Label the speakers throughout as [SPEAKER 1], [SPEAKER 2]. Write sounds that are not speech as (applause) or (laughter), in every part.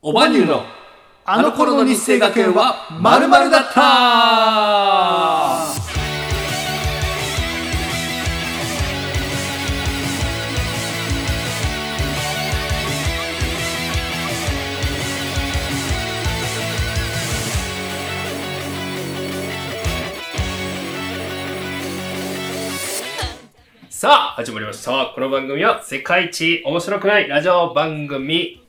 [SPEAKER 1] おばにゅうのあの頃の日生学園はまるだった
[SPEAKER 2] さあ、始まりました。この番組は世界一面白くないラジオ番組。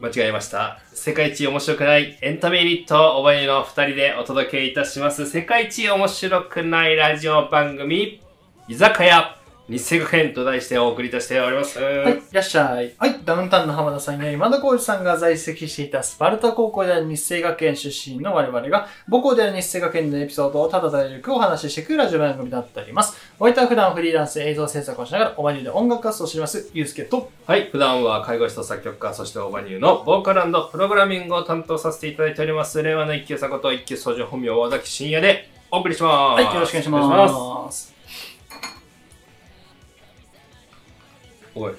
[SPEAKER 2] 間違えました。世界一面白くないエンタメユニット、おばゆの二人でお届けいたします。世界一面白くないラジオ番組、居酒屋、日生学園と題してお送りいたしております。
[SPEAKER 3] はい、いらっしゃい。はい、ダウンタウンの浜田さんや今田耕司さんが在籍していたスパルタ高校である日生学園出身の我々が、母校である日生学園のエピソードをただ大力お話ししていくラジオ番組となっております。お相手は普段フリーランスで映像制作をしながら、おまにで音楽活動をしています、ゆうすけと。
[SPEAKER 2] はい、普段は介護士と作曲家、そしてオーバニューのボーカルプログラミングを担当させていただいております、令和の一級さこと一級操縦本名、和崎真也でお送りしま
[SPEAKER 3] は
[SPEAKER 2] す。
[SPEAKER 3] い、よろしくお願いし
[SPEAKER 2] お願いしま
[SPEAKER 3] ます。
[SPEAKER 2] すおい。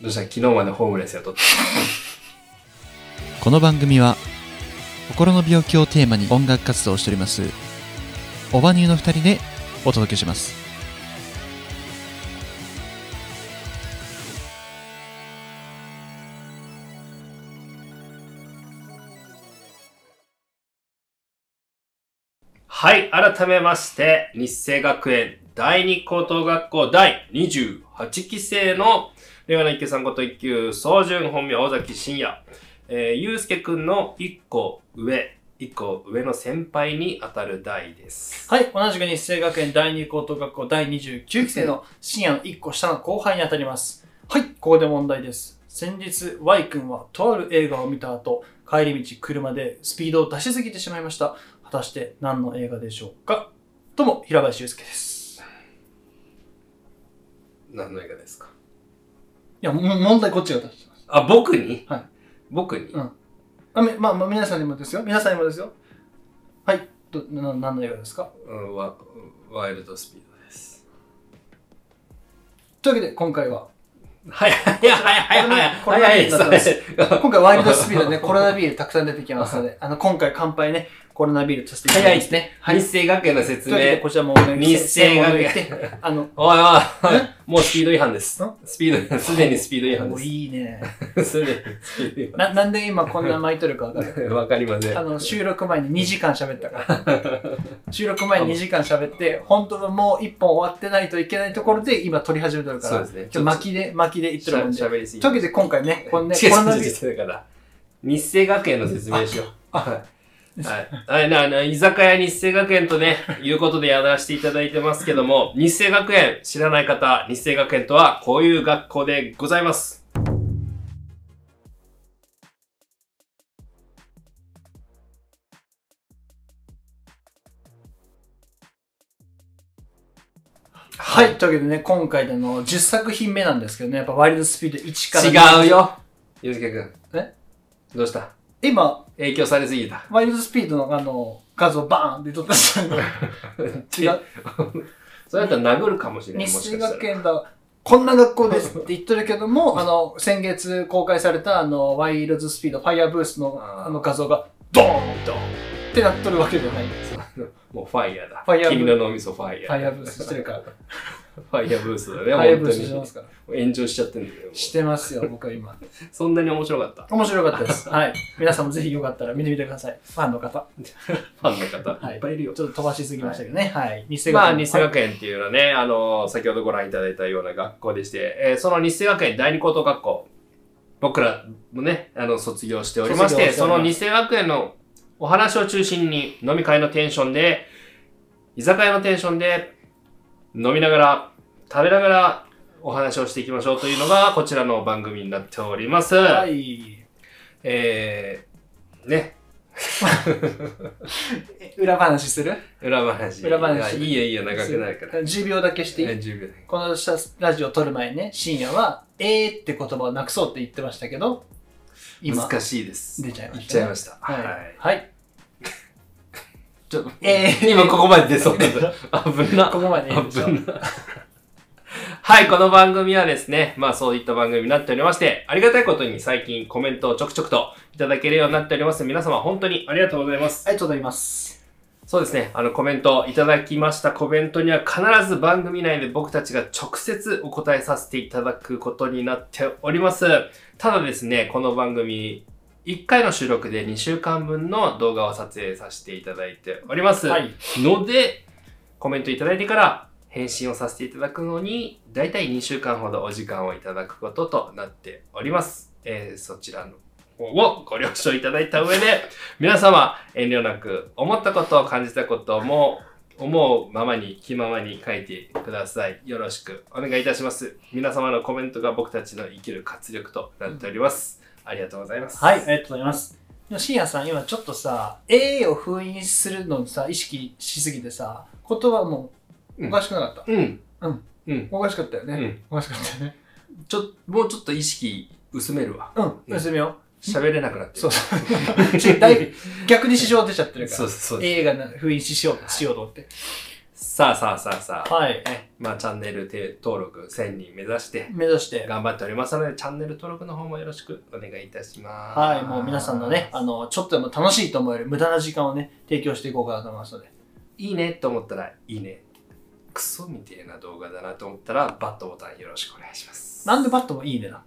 [SPEAKER 2] どうした昨日までホームレスやっとった。
[SPEAKER 4] この番組は心の病気をテーマに音楽活動をしておりますオバニューの2人でお届けします
[SPEAKER 2] はい、改めまして、日生学園第二高等学校第28期生の、令和の一級さんこと一級、総順本名、尾崎真也、えー、ゆうすけくんの一個上、一個上の先輩に当たる代です。
[SPEAKER 3] はい、同じく日生学園第二高等学校第29期生の深夜の1個下の後輩に当たります。はい、ここで問題です。先日、Y 君はとある映画を見た後、帰り道車でスピードを出しすぎてしまいました。果たして何の映画でしょうかどうも、平林祐介です。
[SPEAKER 2] 何の映画ですか
[SPEAKER 3] いや、も問題こっちが出してます。
[SPEAKER 2] あ、僕に
[SPEAKER 3] はい
[SPEAKER 2] 僕に、
[SPEAKER 3] うんあみまあ、まあ、皆さんにもですよ。皆さんにもですよ。はい、どな何の映画ですか
[SPEAKER 2] うんワワイルドスピードです。
[SPEAKER 3] というわけで、今回は、
[SPEAKER 2] はい、はい、はい、はい、
[SPEAKER 3] これ
[SPEAKER 2] はい、はい、
[SPEAKER 3] これ
[SPEAKER 2] はい、
[SPEAKER 3] 今回ワイルドスピードでね、コロナビールたくさん出てきますので、あの、今回乾杯ね、コロナビールとしていただきますね。はい。
[SPEAKER 2] 日生学園の説
[SPEAKER 3] というわけで、
[SPEAKER 2] 明
[SPEAKER 3] こ。ちらもお願いします。
[SPEAKER 2] 日清学園
[SPEAKER 3] 専門のてあの、
[SPEAKER 2] おいおい、もうスピード違反です
[SPEAKER 3] ん。
[SPEAKER 2] スピード違反、すでにスピード違反
[SPEAKER 3] も
[SPEAKER 2] で
[SPEAKER 3] う
[SPEAKER 2] す。
[SPEAKER 3] いいね。
[SPEAKER 2] すでにスピード違
[SPEAKER 3] な、なんで今こんな巻いとるかわ
[SPEAKER 2] (laughs)
[SPEAKER 3] かる。
[SPEAKER 2] 反。わかりません。
[SPEAKER 3] あ
[SPEAKER 2] は
[SPEAKER 3] の、収録前に2時間喋った
[SPEAKER 2] (laughs)
[SPEAKER 3] から。収録前に2時間喋って、本当はもう1本終わってないといけないところで、今撮り始めてるから。
[SPEAKER 2] そうですね
[SPEAKER 3] ちょっと巻きで、巻きでいっ
[SPEAKER 2] してゃ
[SPEAKER 3] るもんで。という
[SPEAKER 2] 喋りすぎ
[SPEAKER 3] わけで、今回ね、こんね、
[SPEAKER 2] 違
[SPEAKER 3] コロナ
[SPEAKER 2] う
[SPEAKER 3] ビー
[SPEAKER 2] 違
[SPEAKER 3] ル。
[SPEAKER 2] う違うだから、日生学園の説明しよう。はい。はい。はいな、な、居酒屋日生学園とね、いうことでやらせていただいてますけども、日生学園、知らない方、日生学園とは、こういう学校でございます。
[SPEAKER 3] はい。というわけでね、今回での10作品目なんですけどね、やっぱワイルドスピード1から、
[SPEAKER 2] 違う。よゆうすけくん。
[SPEAKER 3] え
[SPEAKER 2] どうした
[SPEAKER 3] 今、
[SPEAKER 2] 影響されすぎた。
[SPEAKER 3] ワイルドスピードのあの、画像バーンって撮ったじゃん。違
[SPEAKER 2] (laughs)
[SPEAKER 3] う。
[SPEAKER 2] それだったら殴るかもしれない。
[SPEAKER 3] 日
[SPEAKER 2] もし
[SPEAKER 3] 清
[SPEAKER 2] かした
[SPEAKER 3] 学
[SPEAKER 2] ら。
[SPEAKER 3] 園だ。こんな学校ですって言ってるけども、あの、先月公開されたあの、ワイルドスピード、ファイアブースの
[SPEAKER 2] あー
[SPEAKER 3] あの画像が、ドーン
[SPEAKER 2] ドン
[SPEAKER 3] ってなっとるわけじゃない。
[SPEAKER 2] もうファイヤーだ。
[SPEAKER 3] ファイヤーブー
[SPEAKER 2] 君の脳みそファ
[SPEAKER 3] フ
[SPEAKER 2] イヤー。
[SPEAKER 3] ァイアブースしてる
[SPEAKER 2] (laughs)
[SPEAKER 3] から。フ
[SPEAKER 2] ファイヤーブースだね、
[SPEAKER 3] ァイアブースして
[SPEAKER 2] 本
[SPEAKER 3] ますから。
[SPEAKER 2] 当に。炎上しちゃってるんだよ。もう
[SPEAKER 3] してますよ、僕は今。
[SPEAKER 2] そんなに面白かった。
[SPEAKER 3] 面白かった
[SPEAKER 2] (laughs)
[SPEAKER 3] です。はい。皆さんもぜひよかったら見てみてください。ファンの方。
[SPEAKER 2] ファンの方、
[SPEAKER 3] はい
[SPEAKER 2] い、っぱいいるよ。
[SPEAKER 3] ちょっと飛ばしすぎましたけどね。はい。日清
[SPEAKER 2] まあ、
[SPEAKER 3] 園
[SPEAKER 2] 日生学園っていうのはね、あの先ほどご覧いただいたような学校でして、えーその日生学園第二高等学校、僕らもね、あの、卒業しておりまし
[SPEAKER 3] 卒業
[SPEAKER 2] て、
[SPEAKER 3] してお
[SPEAKER 2] そ
[SPEAKER 3] ります
[SPEAKER 2] の日生学園のお話を中心に、飲み会のテンションで、居酒屋のテンションで、飲みながら、食べながら、お話をしていきましょうというのが、こちらの番組になっております。
[SPEAKER 3] はい。
[SPEAKER 2] えー、ね、
[SPEAKER 3] え裏話する
[SPEAKER 2] 裏話。
[SPEAKER 3] 裏話
[SPEAKER 2] いやいいよいいよ、長くなるから。
[SPEAKER 3] 10秒だけしていい
[SPEAKER 2] え10秒だけ
[SPEAKER 3] このラジオを撮る前にね、深夜は、えーって言葉をなくそうって言ってましたけど、今、
[SPEAKER 2] 難しいです。
[SPEAKER 3] 出ちゃいましたね
[SPEAKER 2] 言っちゃいました。
[SPEAKER 3] は
[SPEAKER 2] はいい。。
[SPEAKER 3] はい。
[SPEAKER 2] ちょっと、
[SPEAKER 3] えー
[SPEAKER 2] 今ここまで出そうです。危な。
[SPEAKER 3] ここまでいいでしょ
[SPEAKER 2] 危な。はい、この番組はですね、まあそういった番組になっておりまして、ありがたいことに最近コメントをちょくちょくといただけるようになっております。皆様本当にありがとうございます。
[SPEAKER 3] ありがとうございます。
[SPEAKER 2] そうですね。あの、コメントいただきましたコメントには必ず番組内で僕たちが直接お答えさせていただくことになっております。ただですね、この番組、1回の収録で2週間分の動画を撮影させていただいております。
[SPEAKER 3] はい。
[SPEAKER 2] ので、コメントいただいてから返信をさせていただくのに、だいたい2週間ほどお時間をいただくこととなっております。えーそちらの方をご了承いただいた上で、皆様遠慮なく思ったことを感じたことも、思うままに気ままに書いてください。よろしくお願いいたします。皆様のコメントが僕たちの生きる活力となっております。ありがとうございます。
[SPEAKER 3] はい、ありがとうございます。でも、深夜さん、今ちょっとさ、A を封印するのにさ、意識しすぎてさ、言葉もおかしくなかった。
[SPEAKER 2] うん。
[SPEAKER 3] うん。
[SPEAKER 2] うん。
[SPEAKER 3] おかしかったよね。
[SPEAKER 2] う
[SPEAKER 3] お
[SPEAKER 2] ん
[SPEAKER 3] かしかったよね。
[SPEAKER 2] ちょ、もうちょっと意識薄めるわ。
[SPEAKER 3] うん。休みよ
[SPEAKER 2] 喋れなくなって
[SPEAKER 3] う。そ
[SPEAKER 2] る
[SPEAKER 3] うそう。ちだいぶ逆に支障出ちゃってるから。
[SPEAKER 2] そうそうそう
[SPEAKER 3] A がな封印しよう、しようと思って。
[SPEAKER 2] さあさあさあさあ、
[SPEAKER 3] はい。
[SPEAKER 2] ねまあ、チャンネル登録1000人目指して
[SPEAKER 3] 目指して。
[SPEAKER 2] 頑張っておりますのでチャンネル登録の方もよろしくお願いいたします
[SPEAKER 3] はい、もう皆さんのね、あの、ちょっとでも楽しいと思える無駄な時間をね、提供していこうかなと思いますので。
[SPEAKER 2] いいねと思ったらいいねクソみてえな動画だなと思ったらバットボタンよろしくお願いします
[SPEAKER 3] なんでバットもいい
[SPEAKER 2] (laughs)
[SPEAKER 3] ねな。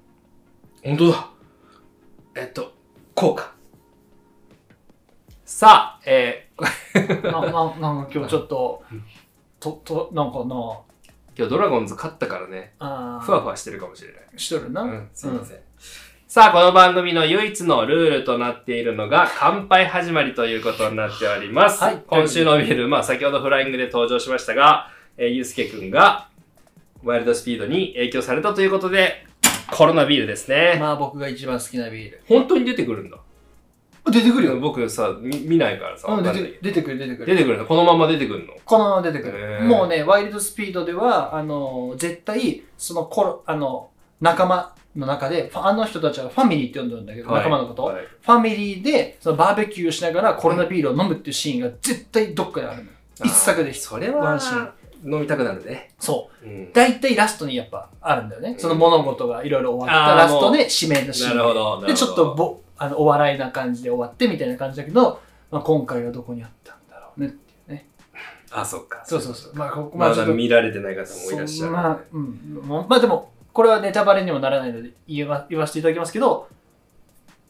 [SPEAKER 2] 本当だえっとこうかさあえー、
[SPEAKER 3] な、な、なんか今日ちょっと、と、と、なんかな
[SPEAKER 2] 今日ドラゴンズ勝ったからね、
[SPEAKER 3] あー
[SPEAKER 2] ふわふわしてるかもしれない
[SPEAKER 3] しとるな。
[SPEAKER 2] うん、すいません。さあ、この番組の唯一のルールとなっているの (laughs) が、乾杯始まりということになっております。
[SPEAKER 3] はい
[SPEAKER 2] 今週のビール、まあ、先ほどフライングで登場しましたが、えー、ゆうすけくんが、ワイルドスピードに影響されたということで、コロナビールですね。
[SPEAKER 3] まあ僕が一番好きなビール。
[SPEAKER 2] 本当に出てくるんだ。
[SPEAKER 3] 出てくるよ。
[SPEAKER 2] 僕さ、み見ないからさ、
[SPEAKER 3] うん、
[SPEAKER 2] わ
[SPEAKER 3] 出
[SPEAKER 2] かんない
[SPEAKER 3] て出てくる、出てく
[SPEAKER 2] 出
[SPEAKER 3] る。
[SPEAKER 2] てくるのこのまま出てくるの
[SPEAKER 3] このまま出てくる
[SPEAKER 2] へ。ー
[SPEAKER 3] もうね、ワイルドスピードでは、あの、絶対、そのコロ、あの、仲間の中で、ファあの人たちはファミリーって呼んでるんだけど、仲間のこと。
[SPEAKER 2] はい
[SPEAKER 3] ファミリーで、そのバーベキューをしながらコロナビールを飲むっていうシーンが絶対どっかであるのよ。一作で
[SPEAKER 2] それ
[SPEAKER 3] ワ
[SPEAKER 2] は
[SPEAKER 3] ンシーン、
[SPEAKER 2] 飲みたくなるね。
[SPEAKER 3] そう。
[SPEAKER 2] うん
[SPEAKER 3] 大体ラストにやっぱあるんだよね。その物事がいろいろ終わった
[SPEAKER 2] あー
[SPEAKER 3] ラストで指名のシーン。
[SPEAKER 2] なるほど。なるほど
[SPEAKER 3] で、ちょっとぼあのお笑いな感じで終わってみたいな感じだけど、まあ、今回はどこにあったんだろうねっていうね。
[SPEAKER 2] あ、そっか。
[SPEAKER 3] そうそうそう。まあ、ここま
[SPEAKER 2] ま
[SPEAKER 3] でちょ
[SPEAKER 2] だ
[SPEAKER 3] っと、
[SPEAKER 2] 見られてない方もいらっし
[SPEAKER 3] そ
[SPEAKER 2] ゃる
[SPEAKER 3] ん
[SPEAKER 2] ね、
[SPEAKER 3] な、うん。もうまあでも、これはネタバレにもならないので言わ言わせていただきますけど、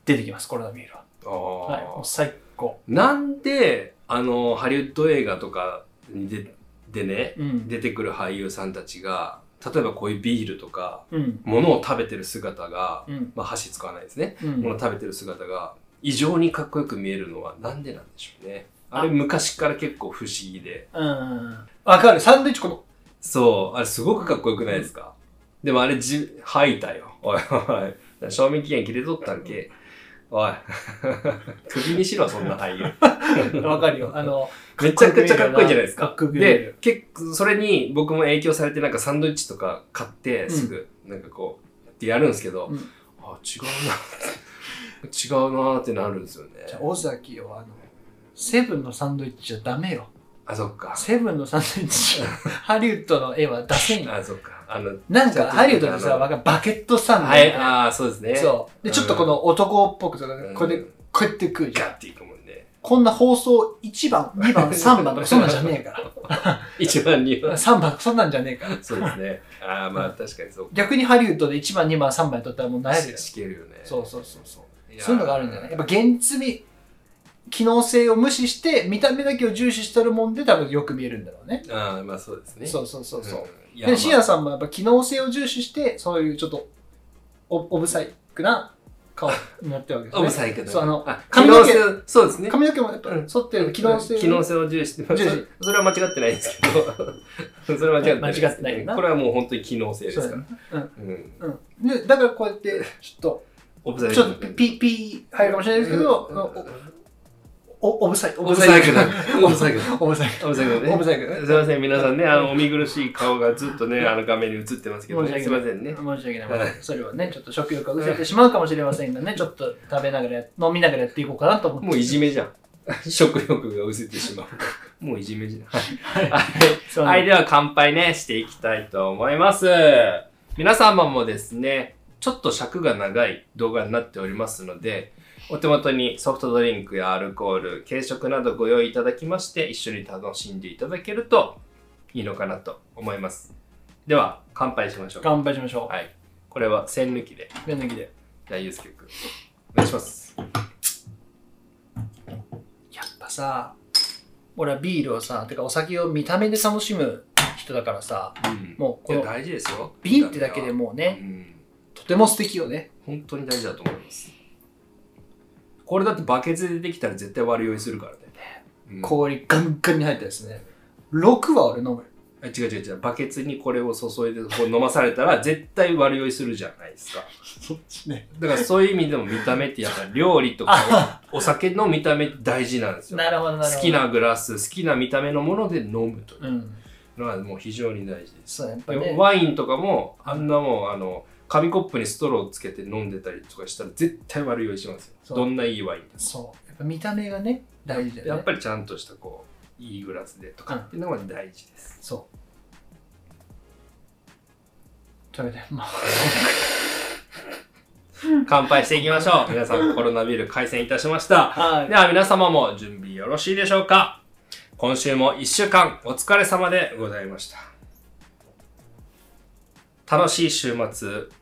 [SPEAKER 3] 出てきます、コロナビールは。
[SPEAKER 2] ああ
[SPEAKER 3] はい。もう最高。
[SPEAKER 2] なんであのハリウッド映画とかにででね
[SPEAKER 3] うん。
[SPEAKER 2] 出てくる俳優さんたちが例えばこういうビールとか
[SPEAKER 3] うん。
[SPEAKER 2] 物を食べてる姿が、
[SPEAKER 3] うん。
[SPEAKER 2] まあ、箸使わないですね、
[SPEAKER 3] うん。
[SPEAKER 2] 物を食べてる姿が異常にかっこよく見えるのはなんでなんでしょうねあれ昔から結構不思議で
[SPEAKER 3] うん。わかる。サンドイッチこの、
[SPEAKER 2] そうあれすごくかっこよくないですか、でもあれじ吐いたよおいおい賞味期限切れとったんけおい (laughs) 首にしろそんな俳 (laughs) 優
[SPEAKER 3] わかるよ。あの、
[SPEAKER 2] めちゃくちゃかっこいいじゃないですか。
[SPEAKER 3] かっこよく見える
[SPEAKER 2] で、結構、それに僕も影響されて、なんかサンドイッチとか買って、すぐ、なんかこう、やってやるんですけど、
[SPEAKER 3] うん
[SPEAKER 2] あ、違うな違うなって (laughs) なるんですよね。
[SPEAKER 3] じゃあ尾崎をあの、セブンのサンドイッチじゃダメよ。
[SPEAKER 2] あ、そっか。
[SPEAKER 3] セブンのサンドイッチじゃ、ハリウッドの絵は出せんよ。
[SPEAKER 2] あ、そっか。あの、
[SPEAKER 3] なんか、ハリウッドで
[SPEAKER 2] あ
[SPEAKER 3] さ、
[SPEAKER 2] の
[SPEAKER 3] わかるバケットサンドみ
[SPEAKER 2] は
[SPEAKER 3] たい
[SPEAKER 2] い、
[SPEAKER 3] な。
[SPEAKER 2] ああ、そうですね。
[SPEAKER 3] そう。で、ちょっとこの男っぽくとか
[SPEAKER 2] う、ん
[SPEAKER 3] これで、こうやって食うじゃん。
[SPEAKER 2] ガッていくもんね。
[SPEAKER 3] こんな放送1番、2番、3番とか
[SPEAKER 2] (laughs)
[SPEAKER 3] そんなんじゃねえか
[SPEAKER 2] 一番
[SPEAKER 3] (laughs)
[SPEAKER 2] に (laughs)
[SPEAKER 3] ら。
[SPEAKER 2] は。
[SPEAKER 3] 3番、そんなんじゃねえから。
[SPEAKER 2] そうですね。ああ、まあ確かにそう。
[SPEAKER 3] 逆にハリウッドで1番、2番、3番やっとったらもう悩むよ。
[SPEAKER 2] しけるよね。
[SPEAKER 3] そうそうそうそう。
[SPEAKER 2] う
[SPEAKER 3] そういうのがあるんだよね。やっぱ現実機能性を無視して、見た目だけを重視してるもんで、多分よく見えるんだろうね。
[SPEAKER 2] ああ、まあそうですね。
[SPEAKER 3] そうそうそうそう。
[SPEAKER 2] んいや
[SPEAKER 3] で、シア
[SPEAKER 2] ま
[SPEAKER 3] さんもやっぱ機能性を重視して、そういうちょっとお、おぶさいくな顔になってるわけです
[SPEAKER 2] あ、
[SPEAKER 3] ね。
[SPEAKER 2] おむさいけど。
[SPEAKER 3] そう、あの、
[SPEAKER 2] 機
[SPEAKER 3] 髪
[SPEAKER 2] 能
[SPEAKER 3] の
[SPEAKER 2] 性
[SPEAKER 3] 毛、
[SPEAKER 2] そうですね。
[SPEAKER 3] 髪の毛もやっぱ
[SPEAKER 2] うん
[SPEAKER 3] 剃ってる機能性。
[SPEAKER 2] 機能性を重視してまあ
[SPEAKER 3] 重視
[SPEAKER 2] それそれは間違ってないです
[SPEAKER 3] (laughs)
[SPEAKER 2] けどそれは間違ってないです
[SPEAKER 3] 間違ってないよな
[SPEAKER 2] これはもう本当に機能性で
[SPEAKER 3] そう
[SPEAKER 2] す
[SPEAKER 3] だ
[SPEAKER 2] か
[SPEAKER 3] ね
[SPEAKER 2] ら。うん
[SPEAKER 3] うん。で、だからこうやって、ちょっ
[SPEAKER 2] オブザ
[SPEAKER 3] と、
[SPEAKER 2] イ
[SPEAKER 3] ちょっとピ、ピ、ピ入るかもしれないですけど、おオブサイト、オ
[SPEAKER 2] オブサイクル
[SPEAKER 3] ト。
[SPEAKER 2] だ。
[SPEAKER 3] (laughs)
[SPEAKER 2] オブサイクル。
[SPEAKER 3] オブサイク
[SPEAKER 2] オブサイクル
[SPEAKER 3] ル。オ
[SPEAKER 2] ね
[SPEAKER 3] ブ。サイクル。
[SPEAKER 2] すいません、皆さんね、あの、お見苦しい顔がずっとね、あの画面に映ってますけど、ね、すいませんね。
[SPEAKER 3] (laughs) 申し訳ない。
[SPEAKER 2] はい
[SPEAKER 3] それはね、ちょっと食欲が失せてしまうかもしれませんが
[SPEAKER 2] (laughs)
[SPEAKER 3] ね、ちょっと食べながらや、飲みながらやっていこうかなと思って。
[SPEAKER 2] もういじめ
[SPEAKER 3] (laughs)
[SPEAKER 2] じゃん。食欲が失せてしまう。もういじめじゃん。はい。
[SPEAKER 3] そう
[SPEAKER 2] はい、
[SPEAKER 3] ね。
[SPEAKER 2] では乾杯ね、していきたいと思います。皆様もですね、ちょっと尺が長い動画になっておりますので、お手元にソフトドリンクやアルコール、軽食などご用意いただきまして、一緒に楽しんでいただけるといいのかなと思います。では、乾杯しましょう。
[SPEAKER 3] 乾杯しましょ
[SPEAKER 2] はい。これは栓抜きで、
[SPEAKER 3] う。ペン抜きで。
[SPEAKER 2] じゃあ、ゆうすけくん。お願いします。
[SPEAKER 3] やっぱさ、俺はビールをさ、てかお酒を見た目で楽しむ人だからさ、
[SPEAKER 2] うん
[SPEAKER 3] もうこ
[SPEAKER 2] いや
[SPEAKER 3] の
[SPEAKER 2] 大事ですよ。
[SPEAKER 3] 瓶ってだけでもう
[SPEAKER 2] う
[SPEAKER 3] ね、
[SPEAKER 2] ん。
[SPEAKER 3] とても素敵よね。
[SPEAKER 2] 本当に大事だと思いますこれだってバケツでできたら絶対割り酔いするからね、うん
[SPEAKER 3] 氷ガンガンに入ったですね。6は俺飲む。
[SPEAKER 2] あ違う違う違うバケツにこれを注いでこう飲まされたら絶対割り酔いするじゃないですか
[SPEAKER 3] そっちね。
[SPEAKER 2] だからそういう意味でも見た目ってやっぱ料
[SPEAKER 3] (laughs)
[SPEAKER 2] 理とかお酒の見た目って大事なんですよ
[SPEAKER 3] なるほど、なるほど。
[SPEAKER 2] 好き。なグラス好きな見た目のもので飲むとい
[SPEAKER 3] うん。
[SPEAKER 2] うのはもう非常に大事です
[SPEAKER 3] そう、やっぱりね。
[SPEAKER 2] ワインとかもあんなもんあの紙コップにストローつけて飲んでたりとかしたら絶対悪い酔いします
[SPEAKER 3] そ
[SPEAKER 2] よ
[SPEAKER 3] う
[SPEAKER 2] どんないいワインでも
[SPEAKER 3] そう。やっぱ見た目がね、大事だよね。
[SPEAKER 2] やっぱりちゃんとしたこういいグラスでとかっていうのが大事です、
[SPEAKER 3] そう。というわけで、まあ、
[SPEAKER 2] 乾杯していきま
[SPEAKER 3] (laughs)
[SPEAKER 2] しょう皆さんコロナビール開戦いたしました
[SPEAKER 3] は
[SPEAKER 2] では皆様も準備よろしいでしょうか今週も1週間お疲れ様でございました楽しい週末 (laughs)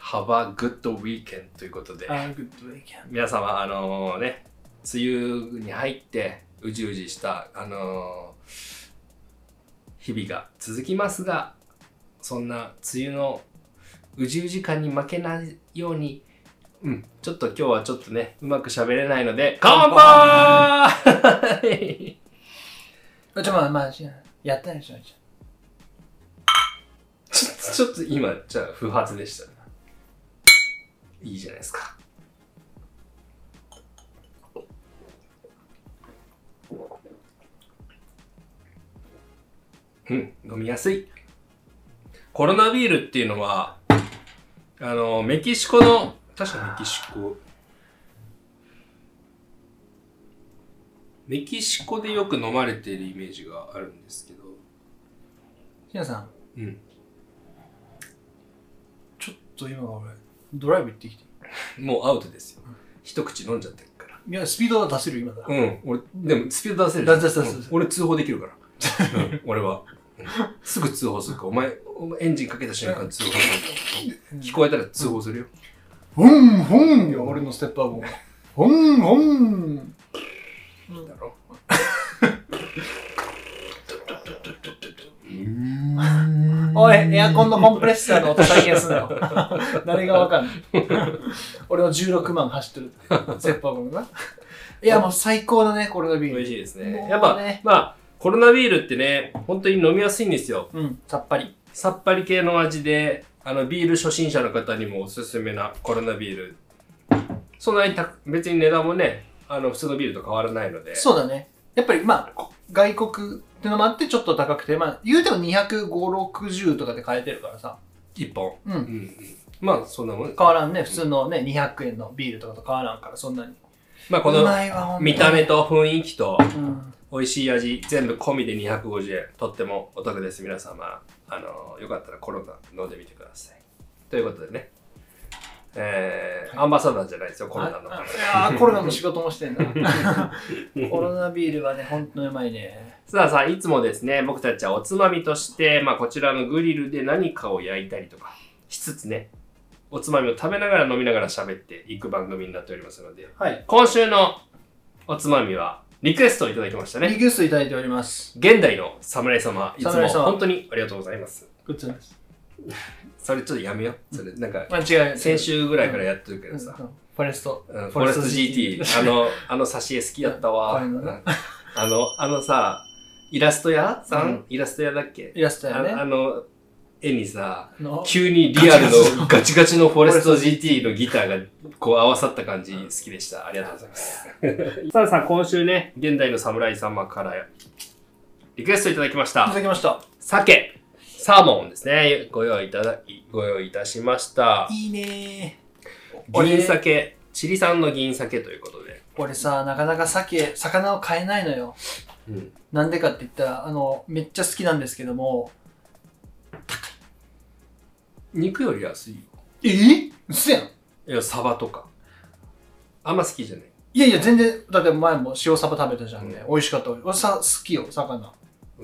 [SPEAKER 2] 幅グッドウィーケンということで
[SPEAKER 3] あーグッドウィーケン
[SPEAKER 2] 皆様あのね梅雨に入ってうじうじしたあのー日々が続きますがそんな梅雨のうじうじ感に負けないようにうんちょっと今日はちょっとねうまく喋れないので乾 (laughs) 杯
[SPEAKER 3] ド。ちょ、まあ、まあ、やったでしょ、じゃ
[SPEAKER 2] ち (laughs) ょっとちょっと今じゃあ不発でしたねいいじゃないですかうん飲みやすいコロナビールっていうのはあのメキシコの確かメキシコメキシコでよく飲まれているイメージがあるんですけど
[SPEAKER 3] あ。ひなさん、
[SPEAKER 2] うん
[SPEAKER 3] ちょっと今俺、ドライブ行ってきて。
[SPEAKER 2] もうアウトですよ。一口飲んじゃってるから。
[SPEAKER 3] いや、スピードは出せる今だ。
[SPEAKER 2] うん。俺、でもスピード出せる。
[SPEAKER 3] 出せる出せる
[SPEAKER 2] うん俺通報できるから。うん俺は。うんすぐ通報するから。お前、お前エンジンかけた瞬間通報するから。聞こえたら通報するよ。
[SPEAKER 3] ふんふんよ、俺のステップアップも。ふんふん。
[SPEAKER 2] だろ。
[SPEAKER 3] (laughs) おい、エアコンのコンプレッサーの音再現すんな (laughs) よ。誰がわかんない。俺の16万走ってる。ステップアップもな。いや、もう最高だね、これのビー
[SPEAKER 2] 美味
[SPEAKER 3] ル。
[SPEAKER 2] しいです
[SPEAKER 3] もう
[SPEAKER 2] ね。
[SPEAKER 3] ね
[SPEAKER 2] やっぱ、まあ、コロナビールってね、本当に飲みやすいんですよ。
[SPEAKER 3] うん、さっぱり。
[SPEAKER 2] さっぱり系の味で、あの、ビール初心者の方にもおすすめなコロナビール。そんなにた別に値段もね、あの、普通のビールと変わらないので。
[SPEAKER 3] そうだね。やっぱりまあ、こ外国ってのもあってちょっと高くて、まあ、言うても250、60とかで買えてるからさ。
[SPEAKER 2] 一本。
[SPEAKER 3] う
[SPEAKER 2] うん
[SPEAKER 3] ん。
[SPEAKER 2] うん。まあ、そんなもんです
[SPEAKER 3] 変わらんね。普通のね、200円のビールとかと変わらんから、そんなに。
[SPEAKER 2] まあ、こ
[SPEAKER 3] う
[SPEAKER 2] の
[SPEAKER 3] まいわ、ほんとに
[SPEAKER 2] 見た目。と雰囲気と
[SPEAKER 3] うん。
[SPEAKER 2] 美味しい味、全部込みで250円。とってもお得です、皆様。あの、よかったらコロナ飲んでみてください。ということでね。えーアンバサダーじゃないですよ、コロナの。
[SPEAKER 3] ああいやーコロナの仕事もしてんだ。 (laughs) コロナビールはね、ほんとにうまいね。
[SPEAKER 2] さあさあ、いつもですね、僕たちはおつまみとして、まあ、こちらのグリルで何かを焼いたりとかしつつね、おつまみを食べながら飲みながら喋っていく番組になっておりますので、
[SPEAKER 3] はい。
[SPEAKER 2] 今週のおつまみはリクエストをいただきましたね。
[SPEAKER 3] リクエストいただいております。
[SPEAKER 2] 現代の侍様、いつも
[SPEAKER 3] 侍様
[SPEAKER 2] 本当にありがとうございます。
[SPEAKER 3] グッズです。
[SPEAKER 2] それちょっとやめよう。それなんか、
[SPEAKER 3] あ、違う。
[SPEAKER 2] 先週ぐらいからやってるけ
[SPEAKER 3] う
[SPEAKER 2] ど
[SPEAKER 3] ん、
[SPEAKER 2] さ、
[SPEAKER 3] フォレスト。
[SPEAKER 2] うんフォレスト GT、あの、あの挿絵好きやったわ。
[SPEAKER 3] う
[SPEAKER 2] うんんあの、あのさ、イラスト屋さ
[SPEAKER 3] うん
[SPEAKER 2] んイラスト屋だっけ
[SPEAKER 3] イラストや
[SPEAKER 2] ああ
[SPEAKER 3] ね。
[SPEAKER 2] の、絵にさ、
[SPEAKER 3] の
[SPEAKER 2] 急にリアルのガチガチのフォレスト GT のギターがこう合わさった感じ好きでした。ありがとうござい (laughs) ます。さあさあ、今週ね、現代の侍様からリクエストいただきまし
[SPEAKER 3] いた
[SPEAKER 2] た
[SPEAKER 3] だ。きました。
[SPEAKER 2] 鮭、サーモンですね。ご用意いただき、ご用意いたしました。
[SPEAKER 3] いいねー。
[SPEAKER 2] 銀
[SPEAKER 3] 俺、
[SPEAKER 2] 鮭、チリ産の銀鮭ということで。
[SPEAKER 3] 俺さ、なかなか鮭、魚を買えないのよ。
[SPEAKER 2] うん。
[SPEAKER 3] なんでかって言ったら、あの、めっちゃ好きなんですけども。
[SPEAKER 2] 肉より安いよ。
[SPEAKER 3] えうそやん。
[SPEAKER 2] いや、サバとか。あんま好きじゃない。
[SPEAKER 3] いやいや、全然、だって前も塩サバ食べたじゃんね。
[SPEAKER 2] うん
[SPEAKER 3] 美味しかった。俺さ、好きよ、魚。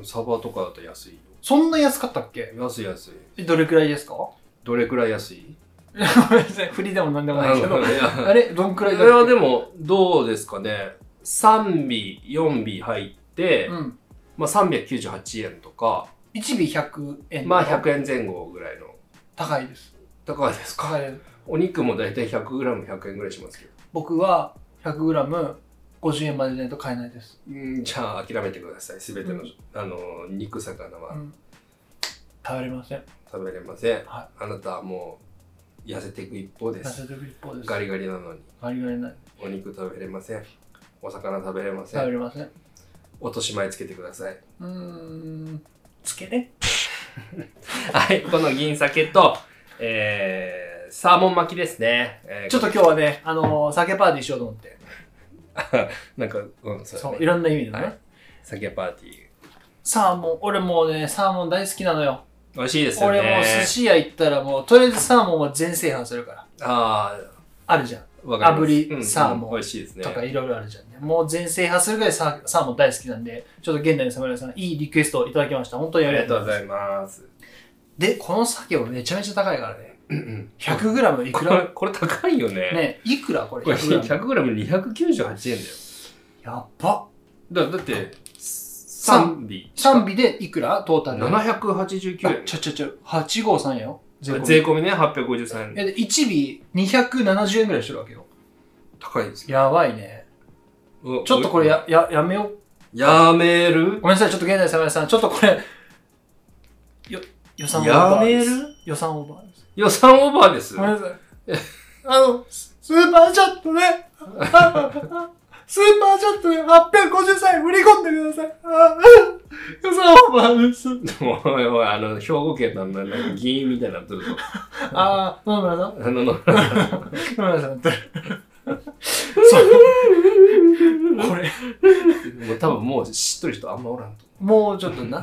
[SPEAKER 2] サバとかだと安いよ。
[SPEAKER 3] そんな安かったっけ
[SPEAKER 2] 安い安い。
[SPEAKER 3] えどれくらいですか (laughs)
[SPEAKER 2] どれくらい安い
[SPEAKER 3] 別に振りでもなんでもないけど。
[SPEAKER 2] いや
[SPEAKER 3] あれどんくらいだっ
[SPEAKER 2] こ
[SPEAKER 3] け
[SPEAKER 2] れはでも、どうですかね。3尾、4尾入って、
[SPEAKER 3] うん。
[SPEAKER 2] まあ398円とか、
[SPEAKER 3] 1尾100円。
[SPEAKER 2] まあ100円前後ぐらいの。
[SPEAKER 3] 高いです。
[SPEAKER 2] 高いですか
[SPEAKER 3] 高いです。
[SPEAKER 2] お肉もだいたい 100g100 円ぐらいしますけど。
[SPEAKER 3] 僕は 100g50 円までじゃないと買えないです。
[SPEAKER 2] うんじゃあ諦めてください。すべての、
[SPEAKER 3] うん
[SPEAKER 2] あの、肉、魚
[SPEAKER 3] う
[SPEAKER 2] は
[SPEAKER 3] ん。食べれません。
[SPEAKER 2] 食べれません。
[SPEAKER 3] は
[SPEAKER 2] あなたはもう、痩せていく一方で
[SPEAKER 3] 痩せ
[SPEAKER 2] す。
[SPEAKER 3] てる一方です。
[SPEAKER 2] ガリガリなのに。
[SPEAKER 3] ガリガリない。
[SPEAKER 2] お肉食べれません。お魚食べれませ
[SPEAKER 3] 食べ
[SPEAKER 2] ん。
[SPEAKER 3] れません。う
[SPEAKER 2] 落とし前つけてください。
[SPEAKER 3] ーん。つけね。
[SPEAKER 2] はい、この銀鮭と、えー、サーモン巻きですね。えー
[SPEAKER 3] ちょっと今日はね、あのー、酒パーティーしようと思って。
[SPEAKER 2] なんか、うん、そうだ
[SPEAKER 3] そう、い
[SPEAKER 2] ね。
[SPEAKER 3] ろんな意味でね。
[SPEAKER 2] はい酒パーティー。
[SPEAKER 3] サーモン、俺もうね、サーモン大好きなのよ。
[SPEAKER 2] 美味しいですよね。
[SPEAKER 3] 俺もう寿司屋行ったらもう、とりあえずサーモンは全制覇するから。
[SPEAKER 2] あ
[SPEAKER 3] あるじゃん。
[SPEAKER 2] あ、わかります。
[SPEAKER 3] 炙りサーモン
[SPEAKER 2] 美味しいですね。
[SPEAKER 3] とかいろいろあるじゃんね。もう全制覇するぐらいサーサーモン大好きなんで、ちょっと現代の侍さん、いいリクエストをいただきました。本当に
[SPEAKER 2] あ
[SPEAKER 3] あ
[SPEAKER 2] り
[SPEAKER 3] り
[SPEAKER 2] が
[SPEAKER 3] が
[SPEAKER 2] と
[SPEAKER 3] と
[SPEAKER 2] う
[SPEAKER 3] う
[SPEAKER 2] ご
[SPEAKER 3] ご
[SPEAKER 2] ざ
[SPEAKER 3] ざい
[SPEAKER 2] います。
[SPEAKER 3] ます。で、この鮭はめちゃめちゃ高いからね。
[SPEAKER 2] うん
[SPEAKER 3] 100g い
[SPEAKER 2] こ
[SPEAKER 3] く
[SPEAKER 2] れ
[SPEAKER 3] ら、
[SPEAKER 2] これ高いよね。
[SPEAKER 3] ね、いくらこれ
[SPEAKER 2] これ
[SPEAKER 3] 100g。
[SPEAKER 2] 100g298 円
[SPEAKER 3] やっば。
[SPEAKER 2] だよ。だだって、3尾。
[SPEAKER 3] 3尾でいくらトータル。
[SPEAKER 2] 789
[SPEAKER 3] あ
[SPEAKER 2] 円。
[SPEAKER 3] ちょちょちょ、853よ。税込
[SPEAKER 2] 税
[SPEAKER 3] み。
[SPEAKER 2] 込みね、853円。
[SPEAKER 3] えで1尾270円ぐらいしてるわけよ。
[SPEAKER 2] 高いですよ。
[SPEAKER 3] やばいね。
[SPEAKER 2] うん
[SPEAKER 3] ちょっとこれや、や、やめよう。
[SPEAKER 2] やめる
[SPEAKER 3] ごめんなさい、ちょっと現代侍さん、ちょっとこれ、よ、予算オー
[SPEAKER 2] や
[SPEAKER 3] バー
[SPEAKER 2] め
[SPEAKER 3] です。
[SPEAKER 2] る
[SPEAKER 3] 予算オーバーです。
[SPEAKER 2] 予算オーバーです。
[SPEAKER 3] ごめんなさい。あの、ススーパーチャットね、 (laughs) あスーパーチャットで850円振り込んでください。 (laughs) あ予算オーバーです。
[SPEAKER 2] おいおい、あの、兵庫県のなんか議員みたいになっとるぞ。
[SPEAKER 3] あー、野々村さん
[SPEAKER 2] あ
[SPEAKER 3] (laughs) 野
[SPEAKER 2] の、
[SPEAKER 3] 々村さん
[SPEAKER 2] (laughs)
[SPEAKER 3] って。そう。これ、
[SPEAKER 2] もう多分もう知っとる人あんまおらんと
[SPEAKER 3] もうちょっと
[SPEAKER 2] 思う。
[SPEAKER 3] な。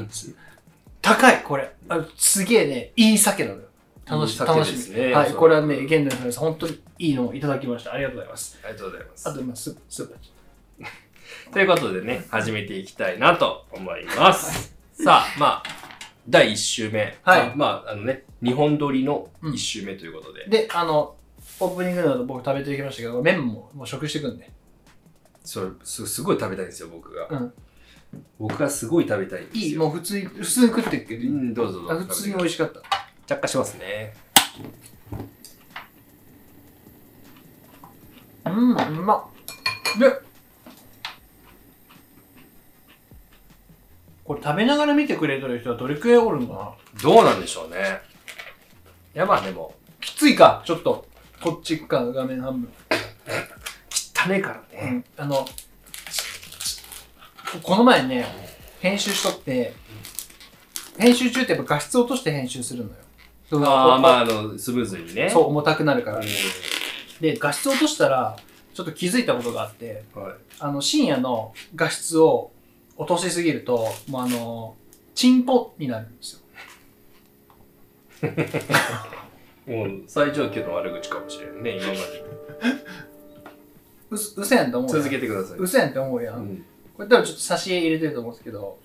[SPEAKER 3] 高い、これ。あすげえね、いい酒なのよ。楽し
[SPEAKER 2] いい
[SPEAKER 3] み、
[SPEAKER 2] 酒で
[SPEAKER 3] 楽し
[SPEAKER 2] す
[SPEAKER 3] み。
[SPEAKER 2] ね
[SPEAKER 3] はい、
[SPEAKER 2] そう
[SPEAKER 3] これはね、現代の皆さん、本当にいいのをいただきました。ありがとうございます。
[SPEAKER 2] ありがとうございま
[SPEAKER 3] あ
[SPEAKER 2] す。
[SPEAKER 3] と、まあ、ススーパーチ
[SPEAKER 2] ということでね、始めていきたいなと思います。さあ、まあ、第1週目。
[SPEAKER 3] はい
[SPEAKER 2] まあ、あのね、日本撮りの1週目ということで。
[SPEAKER 3] ャで、あの、オープニングなど僕食べていきましたけど、麺ももう食していくんで。
[SPEAKER 2] そうす、すごい食べたいんですよ、僕が。
[SPEAKER 3] うん
[SPEAKER 2] 僕がすごい食べたいんですよ。
[SPEAKER 3] いい、もう普通に、普通に食っていくけど
[SPEAKER 2] う
[SPEAKER 3] いい、
[SPEAKER 2] ん、どうぞど
[SPEAKER 3] あ
[SPEAKER 2] うぞ。
[SPEAKER 3] 普通に美味しかった。
[SPEAKER 2] 着火しますね。
[SPEAKER 3] うん、うまっで、これ食べながら見てくれてる人はどれくらいおるのかな
[SPEAKER 2] どうなんでしょうね。いや、まあでも、
[SPEAKER 3] きついか、ちょっと。こっちか、画面半分。
[SPEAKER 2] 汚いから
[SPEAKER 3] う
[SPEAKER 2] ね。
[SPEAKER 3] ん、あの、この前ね、編集しとって、編集中ってやっぱ画質落として編集するのよ。
[SPEAKER 2] ああ、ま
[SPEAKER 3] あ。
[SPEAKER 2] あ、あの、スムーズにね。
[SPEAKER 3] そう、重たくなるから。
[SPEAKER 2] う
[SPEAKER 3] で、画質落としたら、ちょっと気づいたことがあって、
[SPEAKER 2] ん。はい。
[SPEAKER 3] あの、深夜の画質を落としすぎると、もうあの、チンポになるんですよ。
[SPEAKER 2] もう最上級の悪口かもしれんね、今まで。
[SPEAKER 3] うす、うせやんと思うやん。
[SPEAKER 2] 続けてください。
[SPEAKER 3] うせやんって思うや。
[SPEAKER 2] うんん
[SPEAKER 3] これ多分ちょっと挿絵入れてると思うんですけど、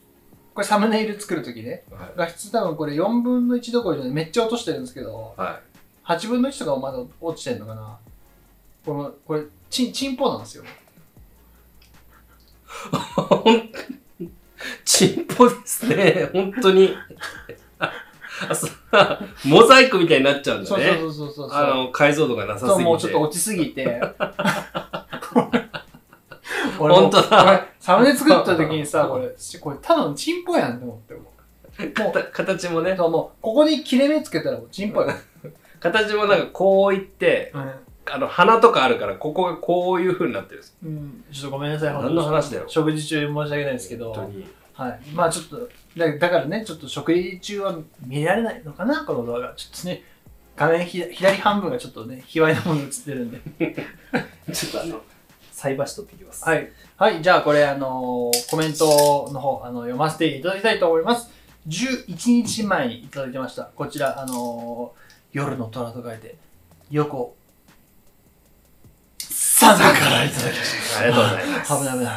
[SPEAKER 3] これサムネイル作るときね、
[SPEAKER 2] はい
[SPEAKER 3] 画質多分これ4分の1どころじゃない、めっちゃ落としてるんですけど、
[SPEAKER 2] は
[SPEAKER 3] 8分の1とかはまだ落ちてるのかな。この、これ、チン、チンポなんですよ。
[SPEAKER 2] い。チンポですね、 (laughs) 本当に。あ、そう、 (laughs) モザイクみたいになっちゃうんだ
[SPEAKER 3] そう
[SPEAKER 2] ね。
[SPEAKER 3] そうそうそうそう。
[SPEAKER 2] あの、解像度がなさすぎて。
[SPEAKER 3] もうちょっと落ちすぎて。
[SPEAKER 2] 本当だ (laughs)
[SPEAKER 3] 俺もこれサムネ作った時にさ、これ、これただのチンポやんって思ってもう。も
[SPEAKER 2] か形もね
[SPEAKER 3] う、もう、ここに切れ目つけたらもうチンポよ。
[SPEAKER 2] 形もなんかこういって、あの、鼻とかあるから、ここがこういう風になってるんです。
[SPEAKER 3] うん。ちょっとごめんなさい、
[SPEAKER 2] 何の話だよ
[SPEAKER 3] 食事中申し訳ないですけど、
[SPEAKER 2] 本当に。
[SPEAKER 3] はい。まあちょっと、だだからね、ちょっと食事中は見られないのかな、この動画。ちょっとね、画面ひ左半分がちょっとね、卑猥なもの映ってるんで。
[SPEAKER 2] (laughs) ちょっとあの、菜箸取ってきます。
[SPEAKER 3] はい。はい、じゃあこれ、あのーコメントの方、あの、読ませていただきたいと思います。11日前にいただきました。こちら、あのー夜の虎と書いて、横、さんからいただきまし
[SPEAKER 2] ありがとうございま
[SPEAKER 3] た。危ない危ない。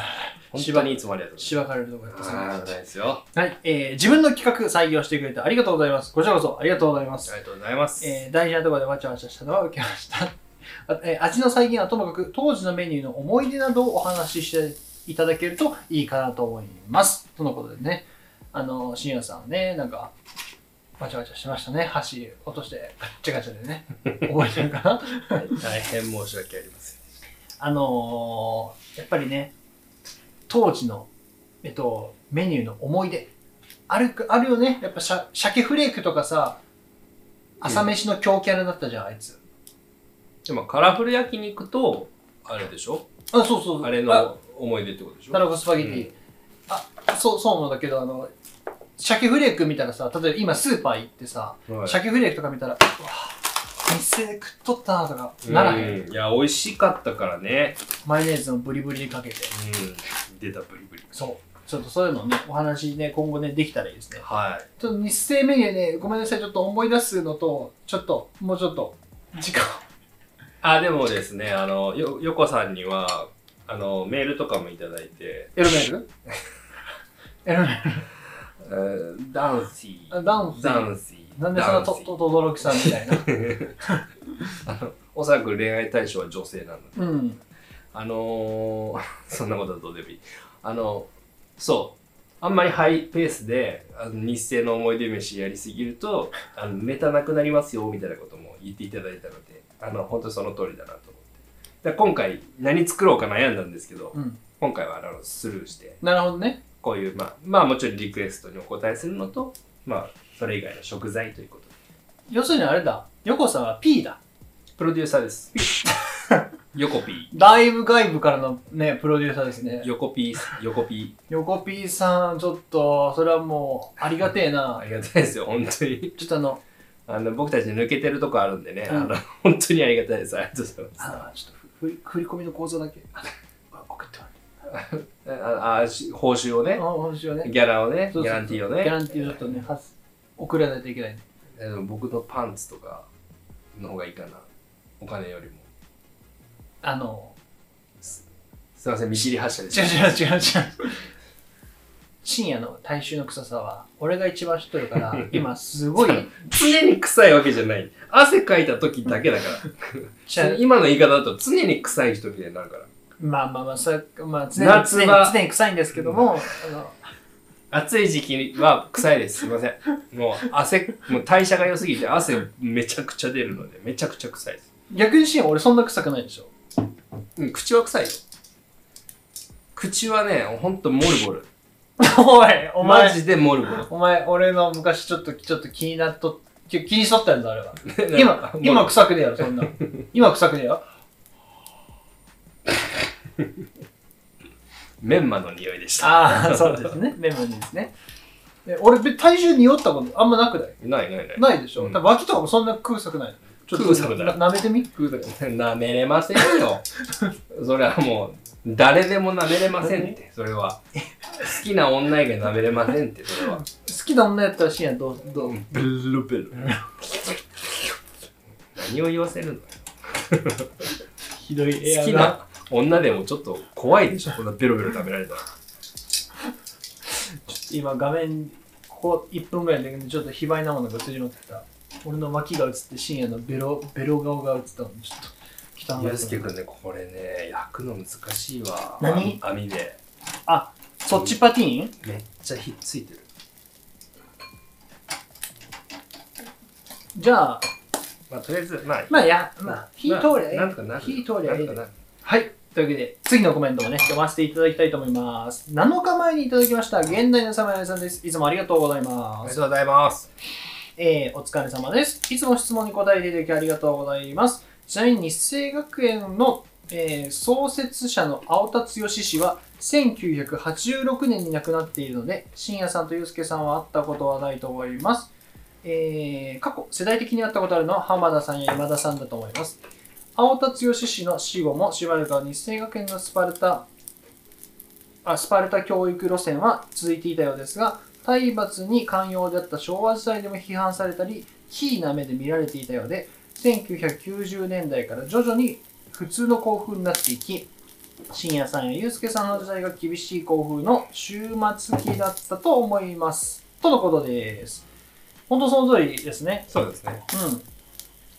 [SPEAKER 2] す。本当にいつもありがとうござ
[SPEAKER 3] し
[SPEAKER 2] い
[SPEAKER 3] ばかれるところで
[SPEAKER 2] ますす。ありがとうございますよ。
[SPEAKER 3] はい、えー自分の企画採用してくれてありがとうございます。こちらこそありがとうございま
[SPEAKER 2] あ
[SPEAKER 3] す。
[SPEAKER 2] りがとうございます。
[SPEAKER 3] えー大事なところでわちゃわちゃしたのは受けました。 (laughs) あえー味の再現はともかく当時のメニューの思い出などをお話ししていただけるといいかなと思います。とのことでね、あの、深夜さんはね、なんか、わちゃわちゃしてましたね。箸落としてガッチャガチャで (laughs) ね、覚えてるかな
[SPEAKER 2] 大変申し訳ありません。
[SPEAKER 3] あのーやっぱりね、当時の、えっと、メニューの思い出。あるく、あるよね。やっぱしゃ、鮭フレークとかさ、朝飯の強キャラだったじゃん、あいつ。
[SPEAKER 2] でも、カラフル焼肉と、あれでしょ
[SPEAKER 3] あ、そうそう。
[SPEAKER 2] あれの思い出ってことでしょ
[SPEAKER 3] タラコスパゲティ、
[SPEAKER 2] うん
[SPEAKER 3] あそうそうなんだけどあの鮭フレーク見たらさ例えば今スーパー行ってさ、
[SPEAKER 2] はい
[SPEAKER 3] 鮭フレークとか見たら「うわ店食っとったな」とかならへん、
[SPEAKER 2] うんいや、美味しかったからね。
[SPEAKER 3] マヨネーズのブリブリにかけて
[SPEAKER 2] うん。出たブリブリ。
[SPEAKER 3] そうちょっとそういうのねお話ね今後ねできたらいいですね
[SPEAKER 2] はい。
[SPEAKER 3] ちょっと日清メニューねごめんなさいちょっと思い出すのとちょっともうちょっと時
[SPEAKER 2] (laughs)
[SPEAKER 3] 間を
[SPEAKER 2] あ、でもですね、あの、よ、よこさんには、あの、メールとかもいただいて、
[SPEAKER 3] エロメール (laughs) エロメール
[SPEAKER 2] ダンシ
[SPEAKER 3] あダンシー
[SPEAKER 2] ダンシー。
[SPEAKER 3] なんでそんな
[SPEAKER 2] ダ
[SPEAKER 3] と
[SPEAKER 2] ンシー
[SPEAKER 3] と轟さんみ
[SPEAKER 2] (laughs)
[SPEAKER 3] たいな
[SPEAKER 2] あの、おそらく恋愛対象は女性なんだ。
[SPEAKER 3] うん
[SPEAKER 2] あの
[SPEAKER 3] (laughs)
[SPEAKER 2] ー、そんなことはどうでもいい。あの、そう。あんまりハイペースで、あの日清の思い出飯やりすぎると、あのネタなくなりますよ、みたいなことも言っていただいたので、あの、本当にその通りだなと思って。だから今回、何作ろうか悩んだんですけど、
[SPEAKER 3] うん
[SPEAKER 2] 今回はあのスルーして、
[SPEAKER 3] なるほどね
[SPEAKER 2] こういう、まあ、まあもちろんリクエストにお答えするのと、まあ、それ以外の食材ということで。
[SPEAKER 3] 要するにあれだ横さんは P だ
[SPEAKER 2] プロデューサーです。 (laughs) ヨコピ
[SPEAKER 3] だいぶ外部からのね、プロデューサーですね
[SPEAKER 2] ー。。ヨコピー、ヨコピ
[SPEAKER 3] 横 P さん、ちょっと、それはもう、ありがてえ
[SPEAKER 2] ー。あ
[SPEAKER 3] な。
[SPEAKER 2] りがたいですよ、本当に。
[SPEAKER 3] ちょっとあの、
[SPEAKER 2] あの僕たち抜けてるとこあるんでね、
[SPEAKER 3] うん
[SPEAKER 2] あの本当にありがたいです。ありがとうございます。
[SPEAKER 3] あちょっとふり、振り込みの構造だけ、 (laughs) あの送っても
[SPEAKER 2] ああし報酬を
[SPEAKER 3] ら
[SPEAKER 2] ね、
[SPEAKER 3] う。あ、面白いね。
[SPEAKER 2] ギャラをね、ギ
[SPEAKER 3] そうそうそう
[SPEAKER 2] ャランティーを
[SPEAKER 3] ギャ
[SPEAKER 2] ね、
[SPEAKER 3] ランティーをちょっとね、発送らないといけない。
[SPEAKER 2] あの僕のパンツとかの方がいいかな、お金よりも。
[SPEAKER 3] あの、
[SPEAKER 2] すいません、見切り発車でし
[SPEAKER 3] 違う
[SPEAKER 2] た。
[SPEAKER 3] 違う違う違う。深夜の大衆の臭さは、俺が一番知っとる (laughs) から、今すごい、
[SPEAKER 2] 常に臭いわけじゃない。汗かいた時だけだから。今の言い方だと常に臭い人みたいになるから。
[SPEAKER 3] まあまあまあ、さまあ常に、
[SPEAKER 2] 夏
[SPEAKER 3] 常に、
[SPEAKER 2] 場
[SPEAKER 3] 常に臭いんですけども、あの、
[SPEAKER 2] 暑い時期は臭いです。すいません。もう汗、もう代謝が良すぎて汗めちゃくちゃ出るので、めちゃくちゃ臭いです。
[SPEAKER 3] 逆に深夜俺そんな臭くないでしょ。
[SPEAKER 2] うん、口は臭いよ。口はね、ほんとモルボル。
[SPEAKER 3] (laughs) おい、お前
[SPEAKER 2] マ。ジでモルボル。
[SPEAKER 3] お前、俺の昔ちょっと、ちょっと気になっと、気気にしとったんだ、あれは。
[SPEAKER 2] なん
[SPEAKER 3] 今
[SPEAKER 2] か、
[SPEAKER 3] 今臭くねえよ、そ (laughs) んな。今臭くねえよ。
[SPEAKER 2] メンマの匂いでした。
[SPEAKER 3] あ (laughs) あ、そうですね。メモにですね。で俺、べ体重に酔ったことあんまなくない
[SPEAKER 2] ないないない。
[SPEAKER 3] ないでしょ。
[SPEAKER 2] うん
[SPEAKER 3] 多分脇とかもそんな臭くない。ちょっと
[SPEAKER 2] 臭くない
[SPEAKER 3] な舐めてみ
[SPEAKER 2] 舐めれません
[SPEAKER 3] (laughs)
[SPEAKER 2] よ。それはもう、誰でも舐めれませんって、それは。好きな女以外舐めれませんって、それは。
[SPEAKER 3] 好きな女やったら深夜どう、どう
[SPEAKER 2] ベルベル。何を言わせるのよ
[SPEAKER 3] ひどい
[SPEAKER 2] 好きな女でもちょっと怖いでしょ、こんなベロベロ舐められたら。
[SPEAKER 3] 今、画面、ここ1分ぐらいで、ちょっと卑猥なものが映りまくった。俺の脇が映って、深夜のベロ、ベロ顔が映ったので、ちょっと、汚かった
[SPEAKER 2] ゆうすけくんね、これね、焼くの難しいわ。
[SPEAKER 3] 何
[SPEAKER 2] 網で。
[SPEAKER 3] あ、そっちパティーン
[SPEAKER 2] めっちゃひっついてる。
[SPEAKER 3] じゃあ、
[SPEAKER 2] まあ、とりあえず、まあ、
[SPEAKER 3] まあ、や、まあ、火通りゃいい
[SPEAKER 2] なんとかなる。
[SPEAKER 3] 火通りゃいい
[SPEAKER 2] なんとかなる
[SPEAKER 3] はい。というわけで、次のコメントもね、読ませていただきたいと思います。7日前にいただきました、現代のサムライさんです。いつもありがとうござい
[SPEAKER 2] あ
[SPEAKER 3] ま
[SPEAKER 2] りが
[SPEAKER 3] す
[SPEAKER 2] と。うございます。
[SPEAKER 3] えーお疲れ様です。いつも質問に答えていただきありがとうございます。ちなみに日生学園の、えー創設者の青田剛氏は1986年に亡くなっているので、深夜さんと祐介さんは会ったことはないと思います。えー過去、世代的に会ったことあるのは浜田さんや今田さんだと思います。青田剛氏の死後もしばらくは日生学園のスパルタあスパルタ教育路線は続いていたようですが体罰に寛容であった昭和時代でも批判されたり奇異な目で見られていたようで1990年代から徐々に普通の校風になっていき深夜さんや祐介さんの時代が厳しい校風の終末期だったと思いますとのことです本当その通りですね
[SPEAKER 2] そうですね。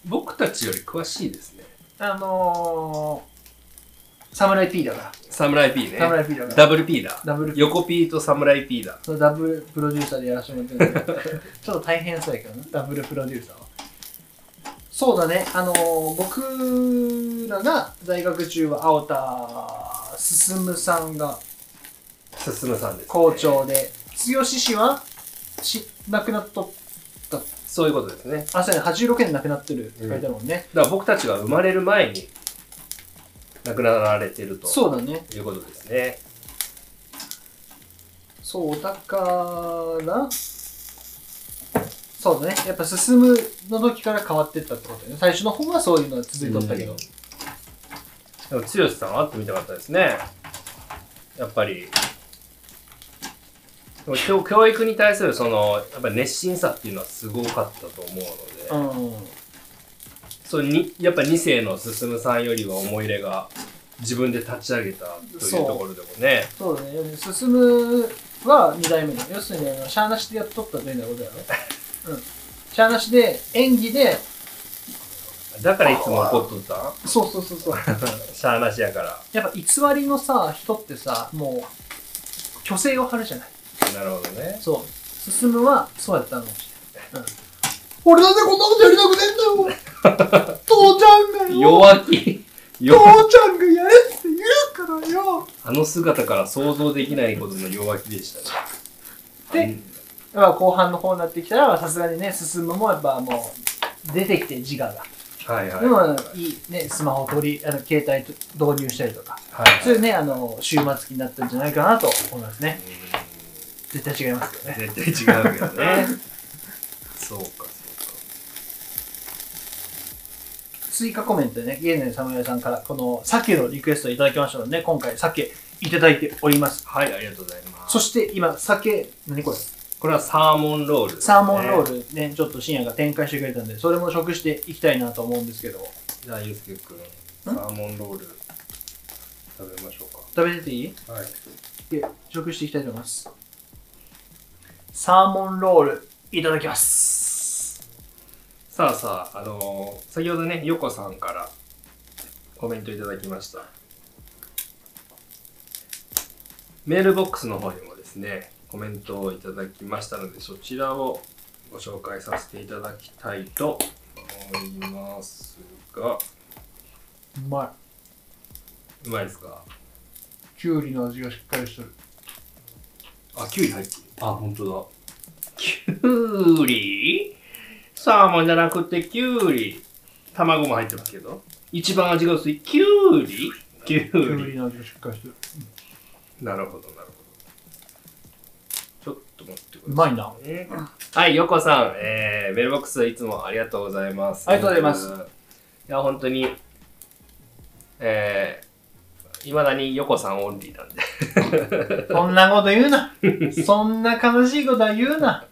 [SPEAKER 3] うん
[SPEAKER 2] 僕たちより詳しいですね。
[SPEAKER 3] あのー、侍 P だから
[SPEAKER 2] サムライ P ね。
[SPEAKER 3] 侍 P だから
[SPEAKER 2] ダブル P だ。
[SPEAKER 3] ダブル
[SPEAKER 2] 横 P とサムライ P だ。
[SPEAKER 3] そのダブルプロデューサーでやらせてもらってるんだけど (laughs) ちょっと大変そうやけどなダブルプロデューサーはそうだねあのー僕らが在学中は青田進さんが
[SPEAKER 2] 進むさんです、
[SPEAKER 3] 校。長で剛氏はし亡くなっと
[SPEAKER 2] そういうことですね。
[SPEAKER 3] あそうやね86年で亡くなってるって書いてあるもんね、
[SPEAKER 2] だから僕たちが生まれる前に亡くなられてると
[SPEAKER 3] そうだね
[SPEAKER 2] いうことですね。
[SPEAKER 3] そうだからそうだねやっぱ進むの時から変わってったってことだね最初の方はそういうのは続いとったけど、
[SPEAKER 2] うんでも剛さん会ってみたかったですね。やっぱり。でも教教育に対するそのやっぱり熱心さっていうのはすごかったと思うので、
[SPEAKER 3] うん
[SPEAKER 2] そうにやっぱ2世の進さんよりは思い入れが自分で立ち上げたという
[SPEAKER 3] そう
[SPEAKER 2] ところでもね
[SPEAKER 3] そうだね。要するに進むは2代目だ。要するに、あの、シャーなしでやっとったみたいなことやろ。うん。シャーなしで、演技で、
[SPEAKER 2] だからいつも怒っとった
[SPEAKER 3] そうそうそうそう。
[SPEAKER 2] しゃあなしやから
[SPEAKER 3] やっぱ偽りのさ、人ってさ、もう、虚勢を張るじゃない。
[SPEAKER 2] なるほどね
[SPEAKER 3] そう。進むは、そうやったのかもしれない。うん。俺だってこんなことやりたくねえんだよ
[SPEAKER 2] (laughs)
[SPEAKER 3] 父ちゃんがよ
[SPEAKER 2] 弱気弱
[SPEAKER 3] 父ちゃんがやれって言うからよ
[SPEAKER 2] あの姿から想像できないことの弱気でしたね
[SPEAKER 3] まあ後半の方になってきたら、さすがにね、進むもやっぱもう、出てきて自我が。
[SPEAKER 2] うんはいはい
[SPEAKER 3] で
[SPEAKER 2] はい
[SPEAKER 3] もいいね、スマホ取り、あの携帯と導入したりとか、
[SPEAKER 2] はい
[SPEAKER 3] そういうね、あの終末期になったんじゃないかなと思いますね。
[SPEAKER 2] う
[SPEAKER 3] 絶対違いますけどね。
[SPEAKER 2] ん絶対違うけどねそうかそうか
[SPEAKER 3] 追加コメントでね、現在の侍さんからこの鮭のリクエストをいただきましたので、ね、今回鮭いただいております。
[SPEAKER 2] はいありがとうございます
[SPEAKER 3] そして今、鮭、何これ
[SPEAKER 2] これはサーモンロールですね、
[SPEAKER 3] サーモンロールね、ちょっと深夜が展開してくれたんで、それも食していきたいなと思うんですけど、
[SPEAKER 2] じゃあゆうすけくんサーモンロール食べましょう
[SPEAKER 3] 食べてていい
[SPEAKER 2] かはい
[SPEAKER 3] で食していきたいと思います。サーモンロール、いただきます。
[SPEAKER 2] さあさあ、あのー先ほどね、ヨコさんからコメントいただきました。メールボックスの方にもですね、コメントをいただきましたので、そちらをご紹介させていただきたいと思いますが、
[SPEAKER 3] うまい。
[SPEAKER 2] うまいですか
[SPEAKER 3] きゅうりの味がしっかりしてる
[SPEAKER 2] あ、キュウリ入ってる。あ、本当だ。キュウリサーモンじゃなくてキュウリ。卵も入ってますけど。一番味が薄いキュウリキュ
[SPEAKER 3] きゅ
[SPEAKER 2] ウ
[SPEAKER 3] う
[SPEAKER 2] リ。
[SPEAKER 3] りの味がしっかりしてる
[SPEAKER 2] なるほど、なるほど。ちょっと待ってく
[SPEAKER 3] う
[SPEAKER 2] ださ
[SPEAKER 3] まいなあ
[SPEAKER 2] い、ね。はい、ヨコさん、えー、メールボックスいつもありがとうございます。
[SPEAKER 3] ありがとうございます
[SPEAKER 2] いや、本当に、えー、いまだにヨコさんオンリーなんで。 (laughs)
[SPEAKER 3] そんなこと言うなそんな悲しいことは言うな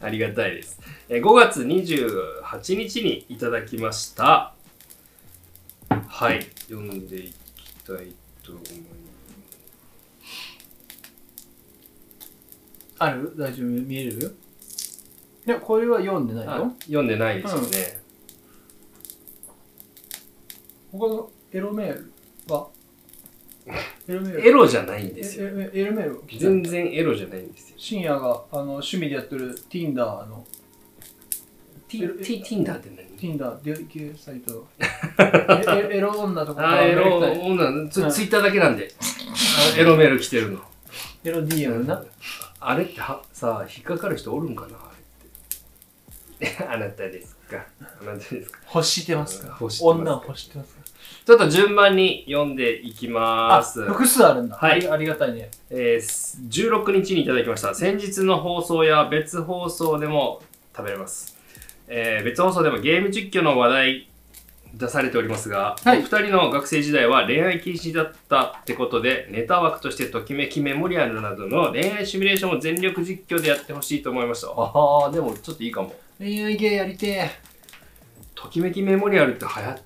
[SPEAKER 2] ありがたいです。えー5月28日にいただきました。はい、読んでいきたいと思い
[SPEAKER 3] ある大丈夫見えるいやこれは読んでない
[SPEAKER 2] ます
[SPEAKER 3] よ。
[SPEAKER 2] 読んでないですよね。
[SPEAKER 3] 他のエロメール (laughs) はエロメー
[SPEAKER 2] エロじゃないんですよ。
[SPEAKER 3] エエロメール来た
[SPEAKER 2] 全然エロじゃないんですよ。
[SPEAKER 3] 深夜があの趣味でやってる Tinder の
[SPEAKER 2] ティティティンダーって何
[SPEAKER 3] Tinder 出会い系サイ (laughs) トええエロ女とか
[SPEAKER 2] あー、エロ、女、ツツイッターだけなんで。あエロメール来てるの。
[SPEAKER 3] エロ DM な
[SPEAKER 2] あれってはさあ、引っかかる人おるんかなあれって。 (laughs) あなたですか。あなたですか。
[SPEAKER 3] 欲してますか
[SPEAKER 2] 欲してます
[SPEAKER 3] 女を欲してますか
[SPEAKER 2] ちょっと順番に読んでいきま
[SPEAKER 3] あ
[SPEAKER 2] す。
[SPEAKER 3] 複数あるんだ
[SPEAKER 2] はい
[SPEAKER 3] ありありがたいね
[SPEAKER 2] えーす16日にいただきました先日の放送や別放送でも食べれます、えー別放送でもゲーム実況の話題出されておりますが、
[SPEAKER 3] はい
[SPEAKER 2] お二人の学生時代は恋愛禁止だったってことでネタ枠としてときめきメモリアルなどの恋愛シミュレーションを全力実況でやってほしいと思いましたああでもちょっといいかも
[SPEAKER 3] 恋愛芸やりてえ
[SPEAKER 2] ときめきメモリアルって流行ったよね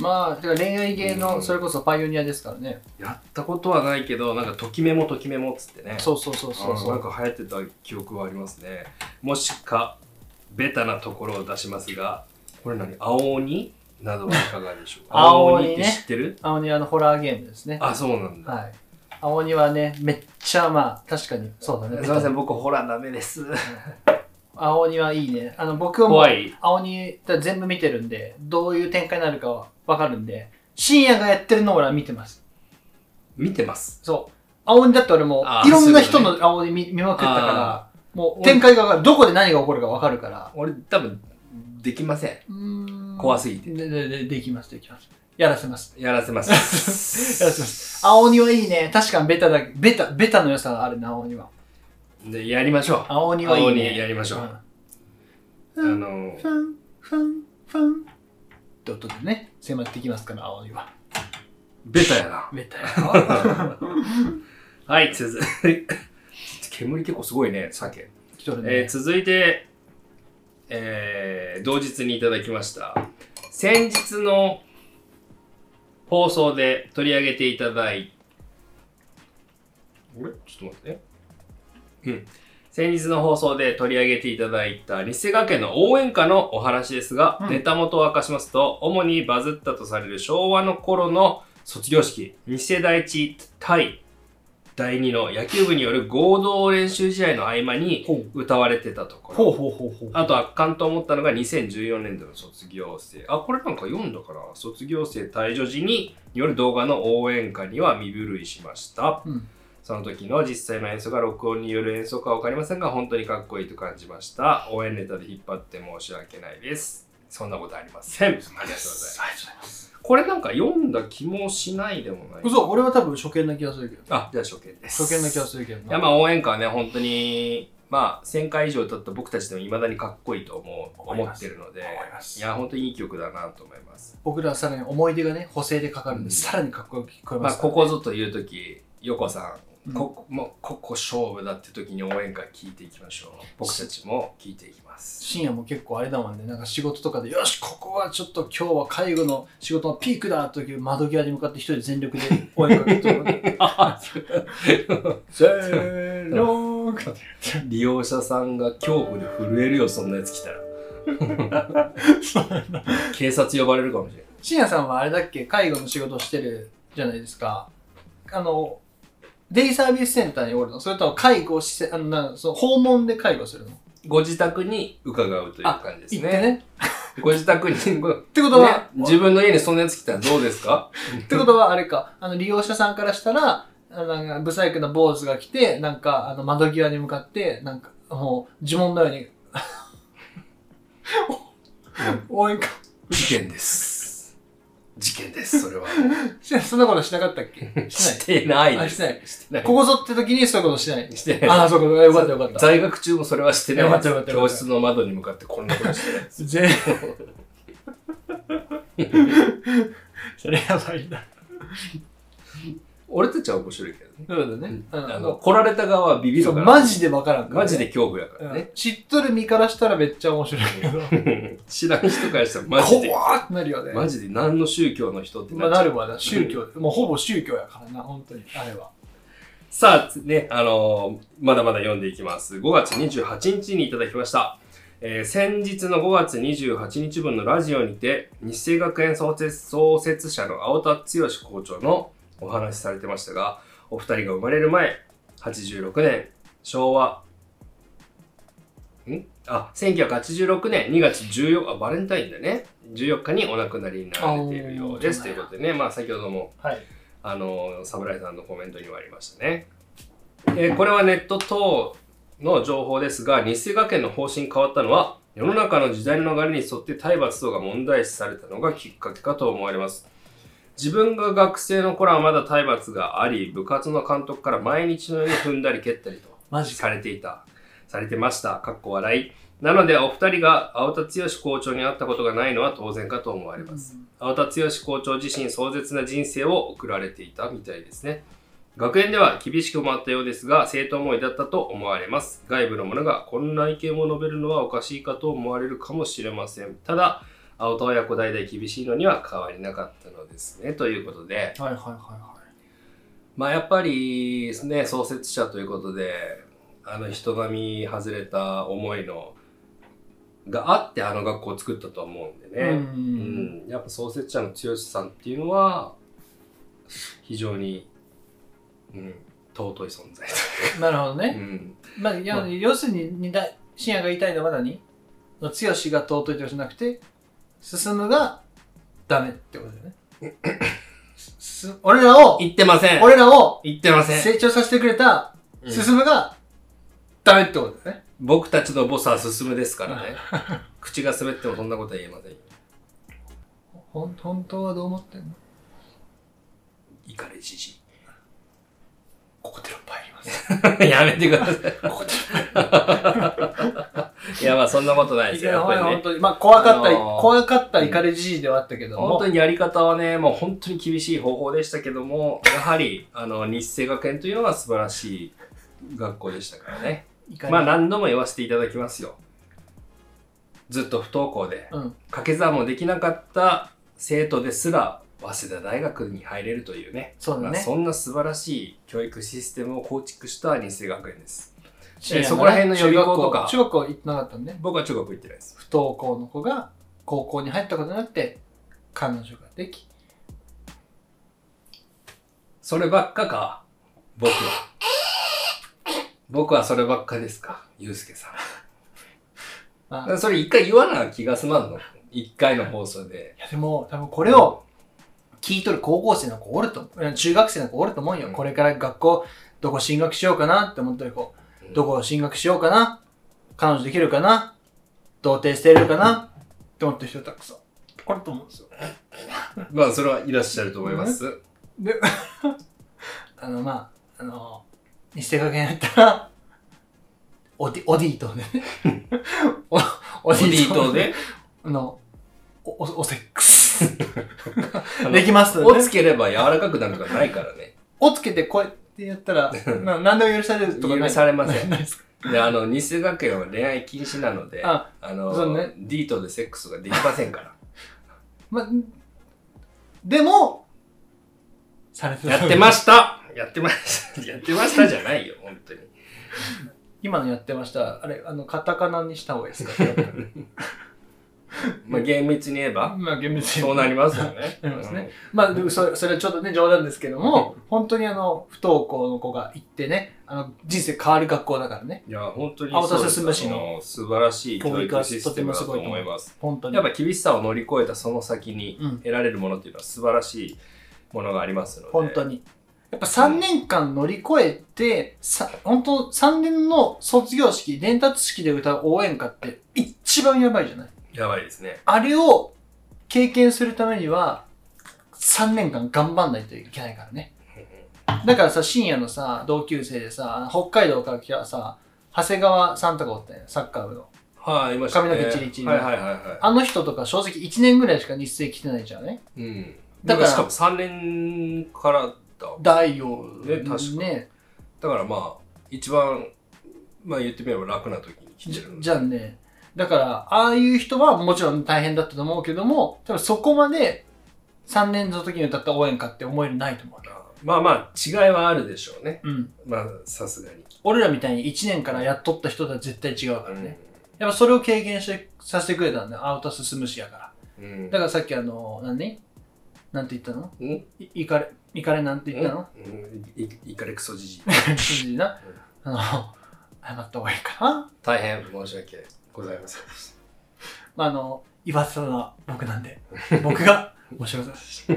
[SPEAKER 3] まあだから恋愛芸
[SPEAKER 2] う
[SPEAKER 3] の
[SPEAKER 2] ん
[SPEAKER 3] それこそパイオニアですからね
[SPEAKER 2] やったことはないけどなんかときメモときメモっつってね
[SPEAKER 3] そうそうそうそうそ
[SPEAKER 2] なん
[SPEAKER 3] う
[SPEAKER 2] か流行ってた記憶はありますねもしかベタなところを出しますがこれ何青鬼などはいかがでしょう
[SPEAKER 3] (laughs)
[SPEAKER 2] か
[SPEAKER 3] 青鬼ね
[SPEAKER 2] って知ってる
[SPEAKER 3] 青鬼あのホラーゲームですね
[SPEAKER 2] あそうなんだ、
[SPEAKER 3] はい青鬼はねめっちゃまあ確かにそうだね
[SPEAKER 2] すいません僕ホラーダメです
[SPEAKER 3] 青鬼はいいね。あの、僕はもう
[SPEAKER 2] 怖、い
[SPEAKER 3] 青鬼全部見てるんで、どういう展開になるかはわかるんで、深夜がやってるのを俺は見てます。
[SPEAKER 2] 見てます
[SPEAKER 3] そう。青鬼だって俺も
[SPEAKER 2] あ、ー
[SPEAKER 3] いろんな
[SPEAKER 2] そ
[SPEAKER 3] 人
[SPEAKER 2] ういうこ
[SPEAKER 3] の青鬼見見まくったから、も
[SPEAKER 2] 俺
[SPEAKER 3] う展開がわかる。どこで何が起こるかわかるから。
[SPEAKER 2] 俺多分できません
[SPEAKER 3] うーん
[SPEAKER 2] 怖すぎて
[SPEAKER 3] でででできます、できます。やらせます。
[SPEAKER 2] やらせます (laughs)
[SPEAKER 3] やらせます。青鬼はいいね。確かにベタだ、ベタ、ベタの良さがあるな、青鬼は。
[SPEAKER 2] でやりましょう
[SPEAKER 3] 青鬼はいいね。
[SPEAKER 2] 青鬼やりましょう、
[SPEAKER 3] うん
[SPEAKER 2] あの
[SPEAKER 3] ファン、ファン、ファン。って音でね、迫ってきますから、青鬼は。
[SPEAKER 2] ベタやな
[SPEAKER 3] ベタや。 (laughs)
[SPEAKER 2] はい続い煙結構すごいね酒
[SPEAKER 3] 来とる
[SPEAKER 2] え
[SPEAKER 3] ね
[SPEAKER 2] ー。続いて、えー同日にいただきました先日の放送で取り上げていただいあれちょっと待ってねうん先日の放送で取り上げていただいた西賀家の応援歌のお話ですが、
[SPEAKER 3] うん
[SPEAKER 2] ネタ元を明かしますと主にバズったとされる昭和の頃の卒業式二世第一対第二の野球部による合同練習試合の合間に
[SPEAKER 3] ほう
[SPEAKER 2] 歌われてたところ
[SPEAKER 3] ほうほうほうほう。
[SPEAKER 2] あと圧巻と思ったのが2014年度の卒業生。あ、これなんか読んだから、卒業生退場時による動画の応援歌には身震いしました。
[SPEAKER 3] うん
[SPEAKER 2] その時の実際の演奏が録音による演奏かわかりませんが、本当にかっこいいと感じました。応援ネタで引っ張って申し訳ないです。そんなことありません。ありがとうございます。
[SPEAKER 3] ありがとうございます。
[SPEAKER 2] これなんか読んだ気もしないでもない。
[SPEAKER 3] 嘘、俺は多分初見な気がするけど。
[SPEAKER 2] あ、じゃあ初見です。
[SPEAKER 3] 初見な気がするけど
[SPEAKER 2] い
[SPEAKER 3] な。
[SPEAKER 2] やまあ応援歌はね本当にまあ1000回以上歌った僕たちでもいまだにかっこいいと思う
[SPEAKER 3] 思い
[SPEAKER 2] 思
[SPEAKER 3] ま
[SPEAKER 2] っ
[SPEAKER 3] す
[SPEAKER 2] てるので
[SPEAKER 3] 思います
[SPEAKER 2] いや本当にいい曲だなと思います
[SPEAKER 3] 僕らはさらに思い出がね、補正でかかるん
[SPEAKER 2] う
[SPEAKER 3] で、
[SPEAKER 2] ん
[SPEAKER 3] さらにかっこよく聞こえ
[SPEAKER 2] ま
[SPEAKER 3] ま
[SPEAKER 2] あ
[SPEAKER 3] すから
[SPEAKER 2] こ
[SPEAKER 3] ね。
[SPEAKER 2] こぞという時横さん、
[SPEAKER 3] うん
[SPEAKER 2] ここもうここ勝負だって時に応援歌聞いていきましょう僕たちも聞いていきます
[SPEAKER 3] 深夜も結構あれだもんね、なんか仕事とかで、よし、ここはちょっと今日は介護の仕事のピークだという窓際に向かって一人で全力で応援かけてる。 (laughs) せーのーか
[SPEAKER 2] 利用者さんが恐怖で震えるよそんなやつ来たら警察呼ばれるかもしれない
[SPEAKER 3] 深夜さんはあれだっけ、介護の仕事をしてるじゃないですか。あの、デイサービスセンターにおるのそれとも介護施設、あの、なその訪問で介護するの
[SPEAKER 2] ご自宅に伺うという感じです
[SPEAKER 3] 行って
[SPEAKER 2] ね
[SPEAKER 3] ね。
[SPEAKER 2] ご自宅に
[SPEAKER 3] ってこと
[SPEAKER 2] ね
[SPEAKER 3] は、、
[SPEAKER 2] 自分の家にそんなやつ来たらどうですか
[SPEAKER 3] ってことはあれか、あの、利用者さんからしたら、あのなんか、ブサイクな坊主が来て、なんか、あの、窓際に向かって、なんか、もう、呪文のように、応援か。
[SPEAKER 2] 事件です。事件です、それは。
[SPEAKER 3] しそんなことしなかったっ
[SPEAKER 2] (laughs)
[SPEAKER 3] け (laughs) し
[SPEAKER 2] してない
[SPEAKER 3] ない。あ、
[SPEAKER 2] で
[SPEAKER 3] し
[SPEAKER 2] す。
[SPEAKER 3] ない。
[SPEAKER 2] してない。
[SPEAKER 3] ここぞって時にそういうことしない。
[SPEAKER 2] してない。
[SPEAKER 3] ああ、そうか、よかったよかった。
[SPEAKER 2] 在学中もそれはしてない
[SPEAKER 3] よかったよかったよか
[SPEAKER 2] 教
[SPEAKER 3] った
[SPEAKER 2] 室の窓に向かってこんなことしてない
[SPEAKER 3] 全 (laughs) それやばいな。
[SPEAKER 2] 俺たちは面白いけどね。
[SPEAKER 3] そうだね。うん
[SPEAKER 2] あの、来られた側はビビ
[SPEAKER 3] そ
[SPEAKER 2] る
[SPEAKER 3] う
[SPEAKER 2] から。
[SPEAKER 3] マジでわからんからね、
[SPEAKER 2] マジで恐怖やからね。
[SPEAKER 3] うん知っとる身からしたらめっちゃ面白 (laughs) いけど。
[SPEAKER 2] 知らん人からしたらマジで。
[SPEAKER 3] 怖っってなるよね。
[SPEAKER 2] マジで何の宗教の人って
[SPEAKER 3] まあ、
[SPEAKER 2] っちゃ
[SPEAKER 3] な
[SPEAKER 2] う
[SPEAKER 3] るわな、宗教、もうほぼ宗教やからな、本当に、あれは。
[SPEAKER 2] さあ、つね、あのーまだまだ読んでいきます。5月28日にいただきました。えー先日の5月28日分のラジオにて、日清学園創設創設者の青田剛校長のお話しされてましたが、お二人が生まれる前、86年、昭和、んあ、1986年2月14日、あバレンタインだね。14日にお亡くなりになられているようです。
[SPEAKER 3] あー
[SPEAKER 2] ということでね、まあ先ほども、
[SPEAKER 3] はい
[SPEAKER 2] あの、侍さんのコメントにもありましたね。えーこれはネット等の情報ですが、日清学園の方針変わったのは、世の中の時代の流れに沿って体罰等が問題視されたのがきっかけかと思われます。自分が学生の頃はまだ体罰があり、部活の監督から毎日のように踏んだり蹴ったりと、
[SPEAKER 3] マジ
[SPEAKER 2] されていた、されてました、かっこ笑い。なので、お二人が青田剛校長に会ったことがないのは当然かと思われます。青田剛校長自身壮絶な人生を送られていたみたいですね。学園では厳しくもあったようですが、生徒思いだったと思われます。外部の者がこんな意見を述べるのはおかしいかと思われるかもしれません。ただ、青田親子代々厳しいのには変わりなかったのですね。ということで、
[SPEAKER 3] はいはいはいは
[SPEAKER 2] まあやっぱりですね、創設者ということで、あの人神外れた思いのがあってあの学校を作ったとは思うんで
[SPEAKER 3] い。
[SPEAKER 2] ね。
[SPEAKER 3] う。
[SPEAKER 2] うんん、やっぱ創設者の剛さんっていうのは非常に、うん、尊い存在
[SPEAKER 3] なるほど
[SPEAKER 2] だ、う
[SPEAKER 3] ね。
[SPEAKER 2] ん、
[SPEAKER 3] まあ、要要するに二大、深夜が言いたいのは何の強しが尊いとかじゃなくて、進むがダメってことだよね。すす俺らを、
[SPEAKER 2] 言ってません
[SPEAKER 3] 俺らを
[SPEAKER 2] 言ってません、
[SPEAKER 3] 成長させてくれた
[SPEAKER 2] うん
[SPEAKER 3] 進むがダメってことだよね。
[SPEAKER 2] 僕たちのボスは進むですからね口が滑ってもそんなことは言えませんよ
[SPEAKER 3] ほん本当はどう思ってんの
[SPEAKER 2] 怒りじ (laughs) じ
[SPEAKER 3] ここで6杯いります。
[SPEAKER 2] いやめてください (laughs) いやまあそんなことないですよやっぱりね
[SPEAKER 3] 本当に。まあ、怖かった、
[SPEAKER 2] あのー
[SPEAKER 3] 怖かった怒りじじいではあったけども。
[SPEAKER 2] 本当にやり方はね、もう本当に厳しい方法でしたけども、やはり、あの、日清学園というのは素晴らしい学校でしたからね。
[SPEAKER 3] 怒り
[SPEAKER 2] まあ何度も言わせていただきますよ。ずっと不登校で、
[SPEAKER 3] うん。
[SPEAKER 2] 掛け算もできなかった生徒ですら、早稲田大学に入れるというね。
[SPEAKER 3] そうだ
[SPEAKER 2] まあ
[SPEAKER 3] ね。
[SPEAKER 2] そんな素晴らしい教育システムを構築した日清学園です。
[SPEAKER 3] 深夜
[SPEAKER 2] そこら辺の予備校とか
[SPEAKER 3] 中学校中学校行ってなかったんで、
[SPEAKER 2] 僕は中国行ってないです。
[SPEAKER 3] 不登校の子が高校に入ったことになって、彼女ができ。
[SPEAKER 2] そればっかか、僕は。僕はそればっかですか、ゆうすけさん。
[SPEAKER 3] まあ、
[SPEAKER 2] それ一回言わな気が済まんの一回の放送で
[SPEAKER 3] い。やでも、多分これを聞いとる高校生の子おると思う。中学生の子おると思うよ。
[SPEAKER 2] うん
[SPEAKER 3] これから学校、どこ進学しようかなって思ってる子。
[SPEAKER 2] うん
[SPEAKER 3] どこ進学しようかな彼女できるかな童貞してるかなって思ってる人たくさん。おると思うんですよ。
[SPEAKER 2] まあ、それはいらっしゃると思います。
[SPEAKER 3] で、あの、まあ、あの、見せかけになったら、オディ、オディー (laughs) トでね。おオ
[SPEAKER 2] ボディー
[SPEAKER 3] ト
[SPEAKER 2] 等で、
[SPEAKER 3] あの、お、お、おセック
[SPEAKER 2] (laughs)
[SPEAKER 3] ス
[SPEAKER 2] あ。の
[SPEAKER 3] できますの
[SPEAKER 2] を
[SPEAKER 3] で、
[SPEAKER 2] つければ柔らかくなるとかないからね。
[SPEAKER 3] おつけてこうやってやった
[SPEAKER 2] (laughs)
[SPEAKER 3] ら、な何でも許されるとかな
[SPEAKER 2] 許
[SPEAKER 3] い。
[SPEAKER 2] されません
[SPEAKER 3] ないですか
[SPEAKER 2] で、あの、日学園は恋愛禁止なので、あ
[SPEAKER 3] あそう
[SPEAKER 2] の、
[SPEAKER 3] ね
[SPEAKER 2] ディートでセックスができませんか
[SPEAKER 3] (laughs) ま、でも、されて
[SPEAKER 2] ら。
[SPEAKER 3] た
[SPEAKER 2] やって
[SPEAKER 3] (laughs)
[SPEAKER 2] ましたやってました。 (laughs) やってましたじゃないよ、本当に。
[SPEAKER 3] 今のやってました。あれ、あの、カタカナにした方がいいですか
[SPEAKER 2] (laughs) まあ、厳密に言
[SPEAKER 3] (laughs)
[SPEAKER 2] えば、
[SPEAKER 3] まあ、厳密に。
[SPEAKER 2] そうなりますよ
[SPEAKER 3] (laughs)
[SPEAKER 2] ね。
[SPEAKER 3] なりますねまあ、でもそれそれはちょっとね、冗談ですけども、本当にあの、不登校の子が行ってね、あの、人生変わる学校だからね。
[SPEAKER 2] うん。いや、本当に
[SPEAKER 3] 青田
[SPEAKER 2] そうです
[SPEAKER 3] 進む市の
[SPEAKER 2] あ素晴らしい教
[SPEAKER 3] 教育は
[SPEAKER 2] 育システムだと思います。
[SPEAKER 3] 本当に。
[SPEAKER 2] やっぱ厳しさを乗り越えたその先に
[SPEAKER 3] うん
[SPEAKER 2] 得られるものっていうのは素晴らしいものがありますので。
[SPEAKER 3] 本当に。やっぱ3年間乗り越えて、さ本当3年の卒業式、伝達式で歌う応援歌って一番やばいじゃない
[SPEAKER 2] やばいですね。
[SPEAKER 3] あれを経験するためには、3年間頑張んないといけないからね。だからさ、深夜のさ、同級生でさ、北海道から来たさ、長谷川さんとかおったんや、サッカー部の。
[SPEAKER 2] はい、いましたね。
[SPEAKER 3] 髪の毛チリチリの
[SPEAKER 2] はいはいはいは
[SPEAKER 3] あの人とか正直1年ぐらいしか日清来てないじゃんね。
[SPEAKER 2] い。うん。だ
[SPEAKER 3] だ
[SPEAKER 2] か
[SPEAKER 3] からら
[SPEAKER 2] しかも3年からだ。
[SPEAKER 3] 大王
[SPEAKER 2] ね確かに
[SPEAKER 3] ね。
[SPEAKER 2] だからまあ、一番、まあ言ってみれば楽な時に来て
[SPEAKER 3] じ
[SPEAKER 2] るので
[SPEAKER 3] じゃんね。だから、ああいう人はもちろん大変だったと思うけども、多分そこまで3年の時に歌った応援歌って思えるないと思うわけ。
[SPEAKER 2] まあまあ、違いはあるでしょうね。
[SPEAKER 3] うん。
[SPEAKER 2] まあ、さすがに。
[SPEAKER 3] 俺らみたいに1年からやっとった人とは絶対違うから
[SPEAKER 2] うん
[SPEAKER 3] ね。やっぱそれを経験してさせてくれたんだよ。アウト進むしやから。
[SPEAKER 2] うん。
[SPEAKER 3] だからさっきあの、何なんて言ったの
[SPEAKER 2] うん
[SPEAKER 3] いいかれ、いかれなんて言ったの
[SPEAKER 2] うんいいいかれク
[SPEAKER 3] (laughs)
[SPEAKER 2] ソじじい。
[SPEAKER 3] 筋な。あの、謝った方がいいかな
[SPEAKER 2] 大変申し訳ございます。
[SPEAKER 3] まあ、あの、言わせたのは僕なんで、僕が面白さ (laughs) です。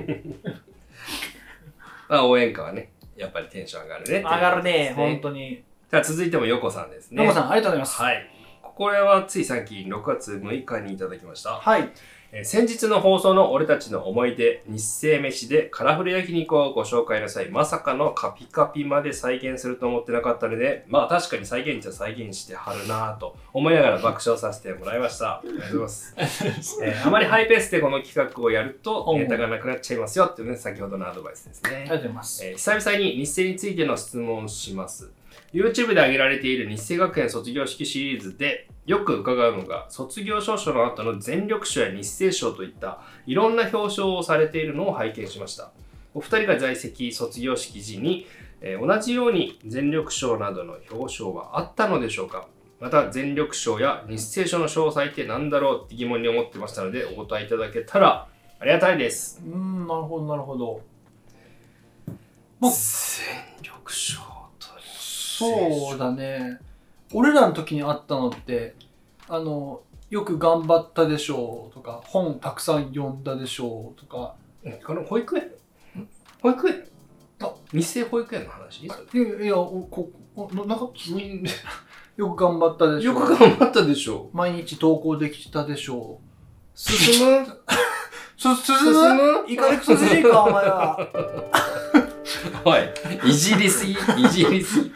[SPEAKER 2] まあ、応援歌はね、やっぱりテンション上がるね。
[SPEAKER 3] 上がるね、本
[SPEAKER 2] に。
[SPEAKER 3] 当に。
[SPEAKER 2] じゃあ続いても、ヨコさんですね。
[SPEAKER 3] ノコさん、ありがとうございます。
[SPEAKER 2] はい。これはつい最近6月6日にいただきました。
[SPEAKER 3] はい。
[SPEAKER 2] えー先日の放送の俺たちの思い出、日清飯でカラフル焼肉をご紹介の際、まさかのカピカピまで再現すると思ってなかったので、まあ確かに再現じゃ再現してはるなぁと思いながら爆笑させてもらいました。ありがとうございます。えーあまりハイペースでこの企画をやるとネタがなくなっちゃいますよっていうね、先ほどのアドバイスです
[SPEAKER 3] あり
[SPEAKER 2] ね
[SPEAKER 3] が。とうございます。
[SPEAKER 2] えー久々に日清についての質問をします。YouTube で挙げられている日清学園卒業式シリーズでよく伺うのが卒業証書の後の全力賞や日清賞といったいろんな表彰をされているのを拝見しました。お二人が在籍卒業式時に、えー同じように全力賞などの表彰はあったのでしょうかまた全力賞や日清賞の詳細って何だろうって疑問に思ってましたのでお答えいただけたらありがたいです。
[SPEAKER 3] うーん、なるほど、なるほど。まあ
[SPEAKER 2] 全力賞と
[SPEAKER 3] そうだね。俺らの時にあったのって、あの、よく頑張ったでしょうとか、本たくさん読んだでしょうとか、
[SPEAKER 2] この保育園保育園
[SPEAKER 3] あ
[SPEAKER 2] 日生保育園の話それ
[SPEAKER 3] いや、いやおこおななんか、 (laughs) よく頑張ったでしょ
[SPEAKER 2] よ
[SPEAKER 3] う。
[SPEAKER 2] く頑張ったでしょ
[SPEAKER 3] 毎日投稿できたでしょう。
[SPEAKER 2] 進む (laughs)
[SPEAKER 3] す、す
[SPEAKER 2] 進む
[SPEAKER 3] イカリクソジジイか、お前は。
[SPEAKER 2] はいいじりすぎいじりすぎ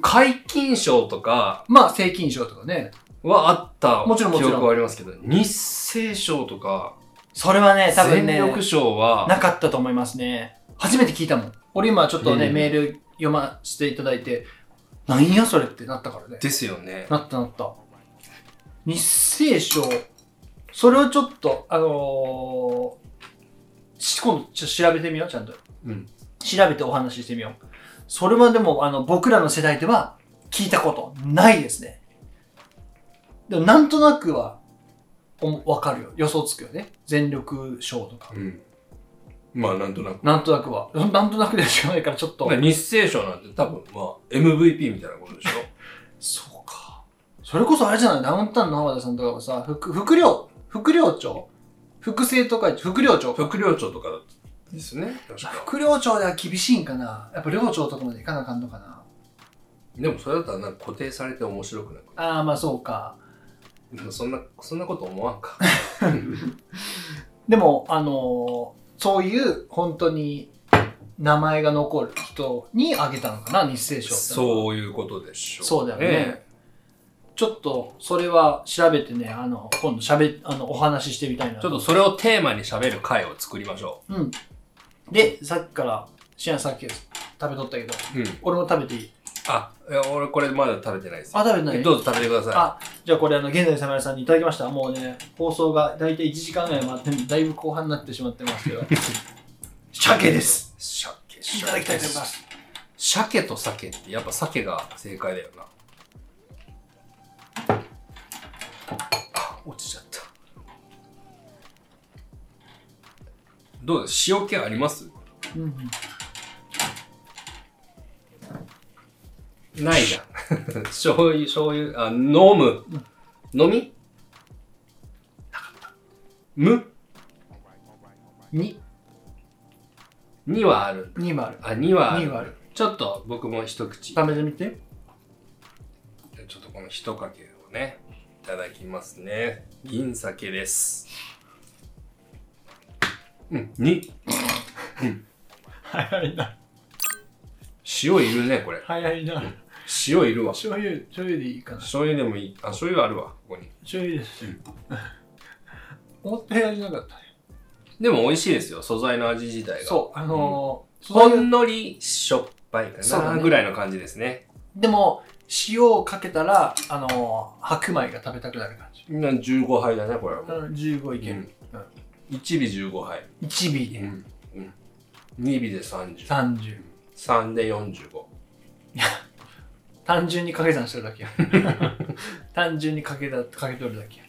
[SPEAKER 2] 解禁賞とか
[SPEAKER 3] (laughs) まあ、正金賞とかね。
[SPEAKER 2] はあった
[SPEAKER 3] もちろんもちろん
[SPEAKER 2] 記憶はありますけど日清賞とか
[SPEAKER 3] それはね、多分
[SPEAKER 2] 全
[SPEAKER 3] ね、
[SPEAKER 2] 力賞は
[SPEAKER 3] なかったと思いますね。初めて聞いたもん。俺今ちょっとね、
[SPEAKER 2] うん
[SPEAKER 3] メール読ませていただいて、なんやそれってなったからね。
[SPEAKER 2] ですよね
[SPEAKER 3] なったなった。日清賞。それをちょっと、あのーし今度ちょっと調べてみよう、ちゃんと。
[SPEAKER 2] うん
[SPEAKER 3] 調べてお話ししてみよう。それはでも、あの、僕らの世代では聞いたことないですね。でも、なんとなくは、おわかるよ。予想つくよね。全力賞とか
[SPEAKER 2] う。んまあなんとなく
[SPEAKER 3] なんとなくは。 (laughs) なんとなくでしかないから、ちょっと。
[SPEAKER 2] 日清賞なんて多分まあ MVP みたいなことでしょ
[SPEAKER 3] そうか。それこそあれじゃないダウンタウンの浜田さんとかはさ、副副領、副領長副生徒会長、副領長か。
[SPEAKER 2] 副領長とかだったですね確か
[SPEAKER 3] 副領長では厳しいんかなやっぱ領長とかまでいかなあかんのかな
[SPEAKER 2] でもそれだったらなんか固定されて面白くない
[SPEAKER 3] ああ、まあそうか。
[SPEAKER 2] でもそんな、そんなこと思わん (laughs) か。
[SPEAKER 3] でも、あのーそういう本当に名前が残る人にあげたのかな日清賞ってのは
[SPEAKER 2] そういうことでしょ
[SPEAKER 3] そうだよね。ちょっと、それは調べてね、あの、今度しゃべ、あの、お話ししてみたいな。
[SPEAKER 2] ちょっとそれをテーマに喋る回を作りましょ
[SPEAKER 3] うん。で、さっきから、シアンさっき食べとったけど、
[SPEAKER 2] う。うん。
[SPEAKER 3] 俺も食べていい
[SPEAKER 2] あ、え俺これまだ食べてないです。
[SPEAKER 3] あ、食べてない
[SPEAKER 2] どうぞ食べてくださ
[SPEAKER 3] あ、じゃあこれあの、現在サムライさんにいただきました。もうね、放送が大体1時間ぐらい回ってるだいぶ後半になってしまってますけ (laughs) ど。鮭です。
[SPEAKER 2] い。鮭、
[SPEAKER 3] いただきたいと思います。
[SPEAKER 2] 鮭と鮭ってやっぱ鮭が正解だよな。あ、落ちちゃった。どうです塩気あります
[SPEAKER 3] うんうん
[SPEAKER 2] ないじゃん。醤油、醤油、あ、飲む。飲みなかった。む
[SPEAKER 3] に、
[SPEAKER 2] にはある。
[SPEAKER 3] にもある。
[SPEAKER 2] あ、にはあ
[SPEAKER 3] に
[SPEAKER 2] る。
[SPEAKER 3] もある。
[SPEAKER 2] ちょっと僕も一口。ちょ
[SPEAKER 3] 食べてみて。
[SPEAKER 2] っとこの一かけをね、いただきますね。銀鮭です。うん、に。
[SPEAKER 3] 早いな。
[SPEAKER 2] 塩いるね、これ。
[SPEAKER 3] 早いな。
[SPEAKER 2] 塩いるわ。
[SPEAKER 3] 醤油、醤油でいいかな。
[SPEAKER 2] 醤油でもいい。あ、醤油あるわ、ここに。
[SPEAKER 3] 醤油です。 (laughs) 思ったよりなかったね。
[SPEAKER 2] でも美味しいですよ、素材の味自体が。
[SPEAKER 3] そう、あのー、
[SPEAKER 2] ほ
[SPEAKER 3] そういうん
[SPEAKER 2] のりしょっぱいか
[SPEAKER 3] そうだ
[SPEAKER 2] な、
[SPEAKER 3] ね
[SPEAKER 2] ぐらいの感じですね。
[SPEAKER 3] でも、塩をかけたら、あのー、白米が食べたくなる感じ。
[SPEAKER 2] な15杯だねこれはもう、
[SPEAKER 3] 15いける。
[SPEAKER 2] 1尾15杯、
[SPEAKER 3] 1尾で
[SPEAKER 2] んうん、2尾で30
[SPEAKER 3] 30。
[SPEAKER 2] 3で45
[SPEAKER 3] 単純に掛け算してる
[SPEAKER 2] (laughs)
[SPEAKER 3] だけや単純に掛けだ掛け取るだけや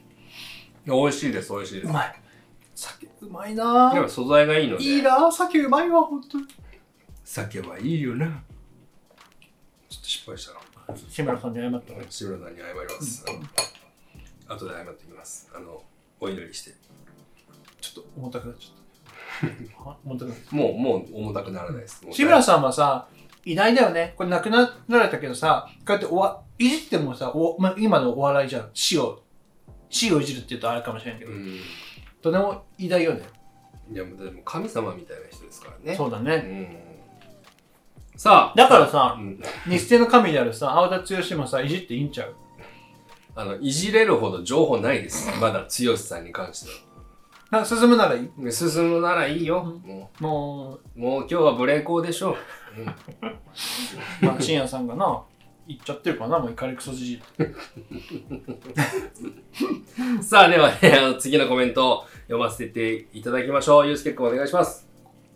[SPEAKER 2] 美味しいです美味しいで
[SPEAKER 3] う
[SPEAKER 2] す
[SPEAKER 3] まい酒うまいな
[SPEAKER 2] でも
[SPEAKER 3] ぁ
[SPEAKER 2] 素材がいいので
[SPEAKER 3] いいなぁ酒うまいわ本当に
[SPEAKER 2] 酒はいいよなちょっと失敗したな
[SPEAKER 3] 志村さんに謝った
[SPEAKER 2] 志村さんに謝ります、後で謝ってきます。あの、お祈りして。
[SPEAKER 3] ちょっと重たくなっちゃ
[SPEAKER 2] (laughs)
[SPEAKER 3] った。は重たくなっちゃっ
[SPEAKER 2] もう、もう重たくならないです。も
[SPEAKER 3] た。
[SPEAKER 2] う
[SPEAKER 3] 志村さんはさ、偉大だよね。これ亡くなられたけどさ、こうやっておわいじってもさお、まあ、今のお笑いじゃん。死を、死をいじるって言うとあれかもしれんけど、
[SPEAKER 2] うん。
[SPEAKER 3] とても偉大よね。
[SPEAKER 2] いや、もうでも神様みたいな人ですからね。
[SPEAKER 3] そうだ
[SPEAKER 2] う
[SPEAKER 3] ね。
[SPEAKER 2] ん。さあ、
[SPEAKER 3] だからさ
[SPEAKER 2] う、ん、
[SPEAKER 3] 日生の神であるさ、青田剛もさ、いじっていいんちゃう
[SPEAKER 2] あの、いじれるほど情報ないです。まだ、剛さんに関しては。
[SPEAKER 3] な進むならいい
[SPEAKER 2] ね進むならいいよ。も
[SPEAKER 3] も
[SPEAKER 2] う、もう今日はブレイクでし (laughs) ょ
[SPEAKER 3] う、まあ、深夜さんがな、行っちゃってるからな、もう怒りクソじじい。
[SPEAKER 2] う。さあ、ではね、あの次のコメントを読ませていただきましょう。ゆうすけくんお願いします。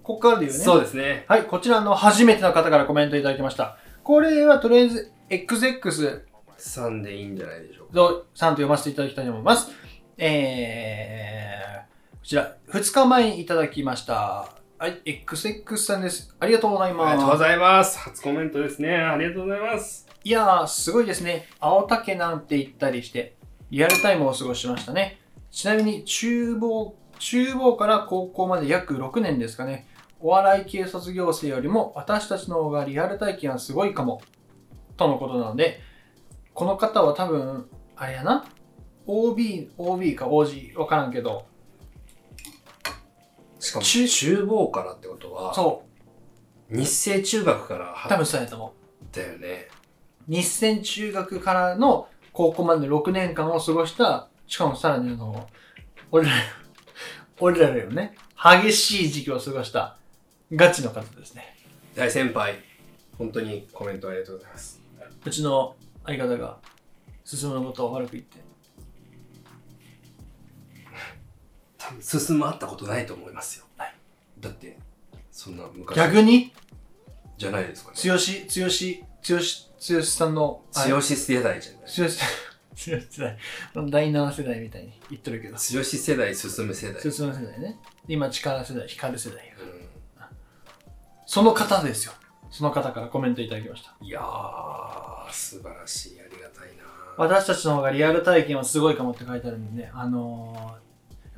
[SPEAKER 3] こっからだよね。
[SPEAKER 2] そうですね。
[SPEAKER 3] はい、こちらの初めての方からコメントいただきました。これはとりあえず XX
[SPEAKER 2] さんでいいんじゃないでしょうか。
[SPEAKER 3] さんと読ませていただきたいと思います。えー、こちら、2日前にいただきました。はい、XX さんです。ありがとうございます。
[SPEAKER 2] ありがとうございます。初コメントですね。ありがとうございます。
[SPEAKER 3] いやー、すごいですね。青竹なんて言ったりして、リアルタイムを過ごしましたね。ちなみに、厨房、厨房から高校まで約6年ですかね。お笑い系卒業生よりも、私たちの方がリアル体験はすごいかも。とのことなので、この方は多分、あれやな。OB、OB か OG、わからんけど、
[SPEAKER 2] しかも、
[SPEAKER 3] 中
[SPEAKER 2] 厨房からってことは、
[SPEAKER 3] そう、
[SPEAKER 2] 日清中学から
[SPEAKER 3] 多
[SPEAKER 2] 入っ
[SPEAKER 3] 分そうやと思う。
[SPEAKER 2] たよね。
[SPEAKER 3] 日専中学からの高校までの6年間を過ごした、しかもさらにあの、俺ら、俺らよりもね、激しい時期を過ごしたガチの方ですね。
[SPEAKER 2] 大先輩、本当にコメントありがとうございます。
[SPEAKER 3] うちの相方が、進むのことを悪く言って。
[SPEAKER 2] 多分、進むあったことないと思いますよ。
[SPEAKER 3] はい
[SPEAKER 2] だって、そんな昔
[SPEAKER 3] 逆に、
[SPEAKER 2] じゃないですかね。
[SPEAKER 3] 強し、強し、強し、強しさんの、あ
[SPEAKER 2] 強し世代じゃない。
[SPEAKER 3] 強し、強し世代、第7世代みたいに言ってるけど、
[SPEAKER 2] 強し世代、進む世代。
[SPEAKER 3] 進む世代ね。今、力世代、光る世代。
[SPEAKER 2] う
[SPEAKER 3] その方ですよ。その方からコメントいただきました。
[SPEAKER 2] ん、いやー、素晴らしい、ありがたいな
[SPEAKER 3] 私たちの方がリアル体験はすごいかもって書いてあるんでね、あのー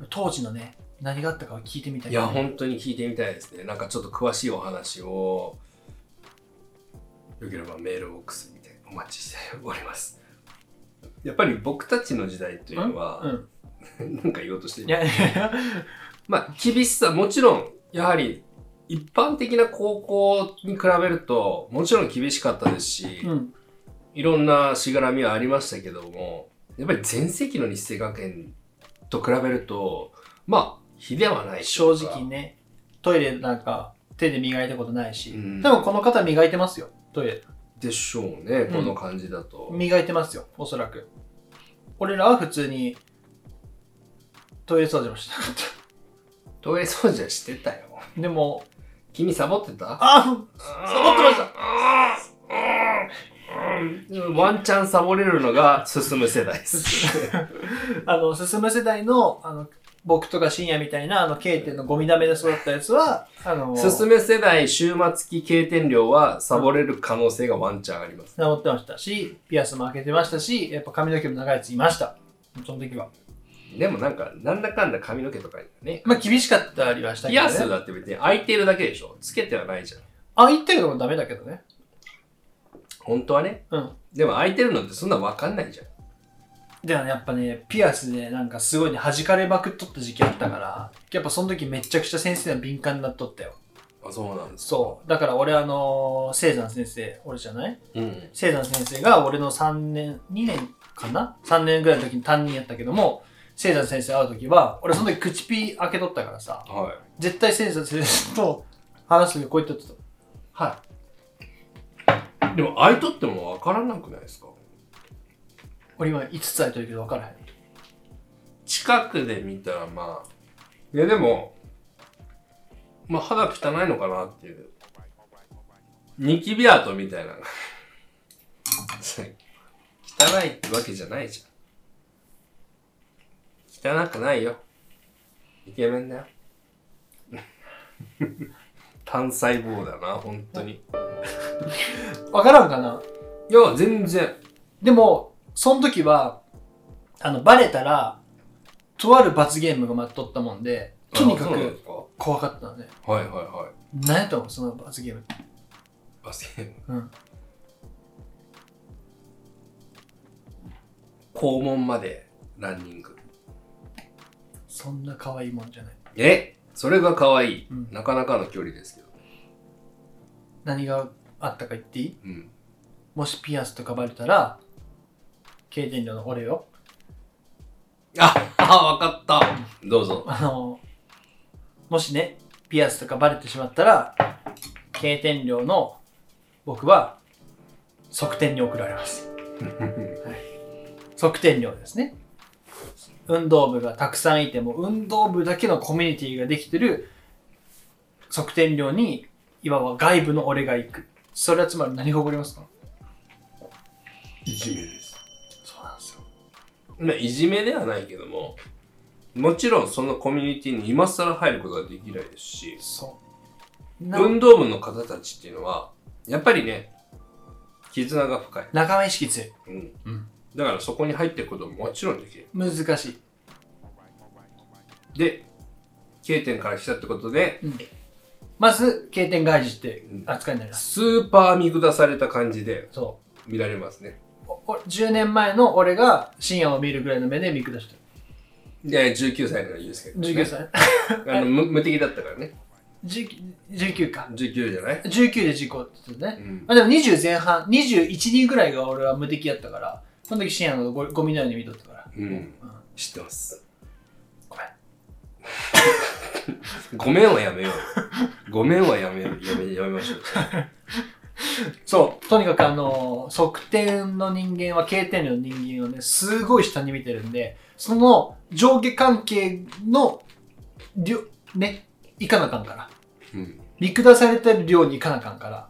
[SPEAKER 3] 当時のね、何があったかを聞いてみたい、
[SPEAKER 2] い
[SPEAKER 3] ね。
[SPEAKER 2] や、本当に聞いてみたいですね。なんかちょっと詳しいお話を、よければメールボックスにてお待ちしております。やっぱり僕たちの時代というの
[SPEAKER 3] う
[SPEAKER 2] は、
[SPEAKER 3] ん。
[SPEAKER 2] なんか言おうとして
[SPEAKER 3] いやい (laughs) やいや、
[SPEAKER 2] まあ、厳しさ、もちろん、やはり、一般的な高校に比べると、もちろん厳しかったですし、
[SPEAKER 3] うん。
[SPEAKER 2] いろんなしがらみはありましたけども、やっぱり全盛期の日生学園と比べると、まあ、比ではないと
[SPEAKER 3] 正
[SPEAKER 2] いうか
[SPEAKER 3] 直ね、トイレなんか手で磨いたことないし、
[SPEAKER 2] うん
[SPEAKER 3] でもこの方磨いてますよ、トイレ。
[SPEAKER 2] でしょうね、
[SPEAKER 3] うん
[SPEAKER 2] この感じだと。
[SPEAKER 3] 磨いてますよ、おそらく。俺らは普通にトイレ掃除もしなかっ
[SPEAKER 2] トイレ掃除はしてたよ。
[SPEAKER 3] (laughs) た。でも、
[SPEAKER 2] 君サボってた
[SPEAKER 3] あサボってました
[SPEAKER 2] ワンチャンサボれるのが進む世代です。
[SPEAKER 3] あの、進む世代の、あの、僕とか深夜みたいな、あの、K 点のゴミダメで育ったやつは、あの、
[SPEAKER 2] 進め世代終末期経典量はサボれる可能性がワンチャンあります。
[SPEAKER 3] 治ってましたし、ピアスも開けてましたし、やっぱ髪の毛も長いやついました。その時は。
[SPEAKER 2] でもなんか、なんだかんだ髪の毛とかにね。
[SPEAKER 3] まあ厳しかったりはしたけ
[SPEAKER 2] ピ
[SPEAKER 3] どね。
[SPEAKER 2] アスだって別に開いてるだけでしょつけてはないじゃん。
[SPEAKER 3] あ、言ってるのもダメだけどね。
[SPEAKER 2] 本当はね。
[SPEAKER 3] うん。
[SPEAKER 2] でも開いてるのってそんなわかんないじゃん。
[SPEAKER 3] でもねやっぱね、ピアスでなんかすごいね、弾かれまくっとった時期あったから、やっぱその時めちゃくちゃ先生は敏感になっとったよ。
[SPEAKER 2] あ、そうなんで
[SPEAKER 3] そう。だから俺あのー、聖山先生、俺じゃない
[SPEAKER 2] うん。
[SPEAKER 3] 聖山先生が俺の3年、2年かな ?3 年ぐらいの時に担任やったけども、聖山先生会う時は、俺その時口ピー開けとったからさ、
[SPEAKER 2] はい。
[SPEAKER 3] 絶対聖山先生と話す時こう言ってた。
[SPEAKER 2] はい。でも開いとってもわからなくないですか
[SPEAKER 3] 俺今5つ空いてるけど分からへん。
[SPEAKER 2] 近くで見たらまあいやでもまあ肌汚いのかなっていうニキビ跡みたいな (laughs) 汚いってわけじゃないじゃん汚くないよイケメンだ (laughs) よ単細胞だな本当に
[SPEAKER 3] 分からんかない
[SPEAKER 2] や全然
[SPEAKER 3] でも、その時は、あの、バレたら、とある罰ゲームが待っとったもんで、とにか
[SPEAKER 2] あそうなんで
[SPEAKER 3] く
[SPEAKER 2] すかは
[SPEAKER 3] 怖かったんで、
[SPEAKER 2] いはいはい。
[SPEAKER 3] 何やと思うその罰ゲーム。
[SPEAKER 2] バスケ
[SPEAKER 3] うん。
[SPEAKER 2] 肛門までランニング。
[SPEAKER 3] そんな可愛いもんじゃない。
[SPEAKER 2] えそれが可愛い、
[SPEAKER 3] うん
[SPEAKER 2] なかなかの距離ですけど。
[SPEAKER 3] 何があったか言っていい
[SPEAKER 2] うん。
[SPEAKER 3] もしピアスとかバレたら、経験料の俺よ。
[SPEAKER 2] あ、あ、わかった。どうぞ。
[SPEAKER 3] あの、もしね、ピアスとかバレてしまったら、経験料の僕は、側転に送られます。側転料ですね。運動部がたくさんいても、運動部だけのコミュニティができてる側転料に、いわば外部の俺が行く。それはつまり何が起こりますか
[SPEAKER 2] いじめです。
[SPEAKER 3] そうなんですよ。
[SPEAKER 2] まあ、いじめではないけども、もちろんそのコミュニティに今更入ることができないですし、
[SPEAKER 3] そう。な
[SPEAKER 2] 運動部の方たちっていうのは、やっぱりね、絆が深い。
[SPEAKER 3] 仲間意識強い。
[SPEAKER 2] うん。
[SPEAKER 3] うん
[SPEAKER 2] だからそこに入っていくことももちろんできる。
[SPEAKER 3] 難しい。
[SPEAKER 2] で、K 点から来たってことで、
[SPEAKER 3] まず、経典外事って扱いになります。
[SPEAKER 2] スーパー見下された感じで
[SPEAKER 3] そ
[SPEAKER 2] 見られますね。
[SPEAKER 3] う。おお10年前の俺が深夜を見るぐらいの目で見下して
[SPEAKER 2] で、19歳なら言うですけ
[SPEAKER 3] る。
[SPEAKER 2] ど、
[SPEAKER 3] 19歳。 (laughs)
[SPEAKER 2] 歳あの無。無敵だったからね。
[SPEAKER 3] 19 19か。
[SPEAKER 2] 19じゃない
[SPEAKER 3] 19で事故って言ってた
[SPEAKER 2] う
[SPEAKER 3] ね。
[SPEAKER 2] ん。
[SPEAKER 3] まあでも20前半、21人ぐらいが俺は無敵やったから、その時深夜のゴゴミのように見とったから。
[SPEAKER 2] うん。知ってます。
[SPEAKER 3] ごめん。
[SPEAKER 2] ごめんはやめよ
[SPEAKER 3] (laughs)
[SPEAKER 2] う。ごめんはやめよう。やめ、やめましょう。
[SPEAKER 3] そう。とにかくあのー、側転の人間は経点の人間をね、すごい下に見てるんで、その上下関係の、りょね、いかなあかんから。
[SPEAKER 2] うん。
[SPEAKER 3] 見下されてる量に行かなあかんから、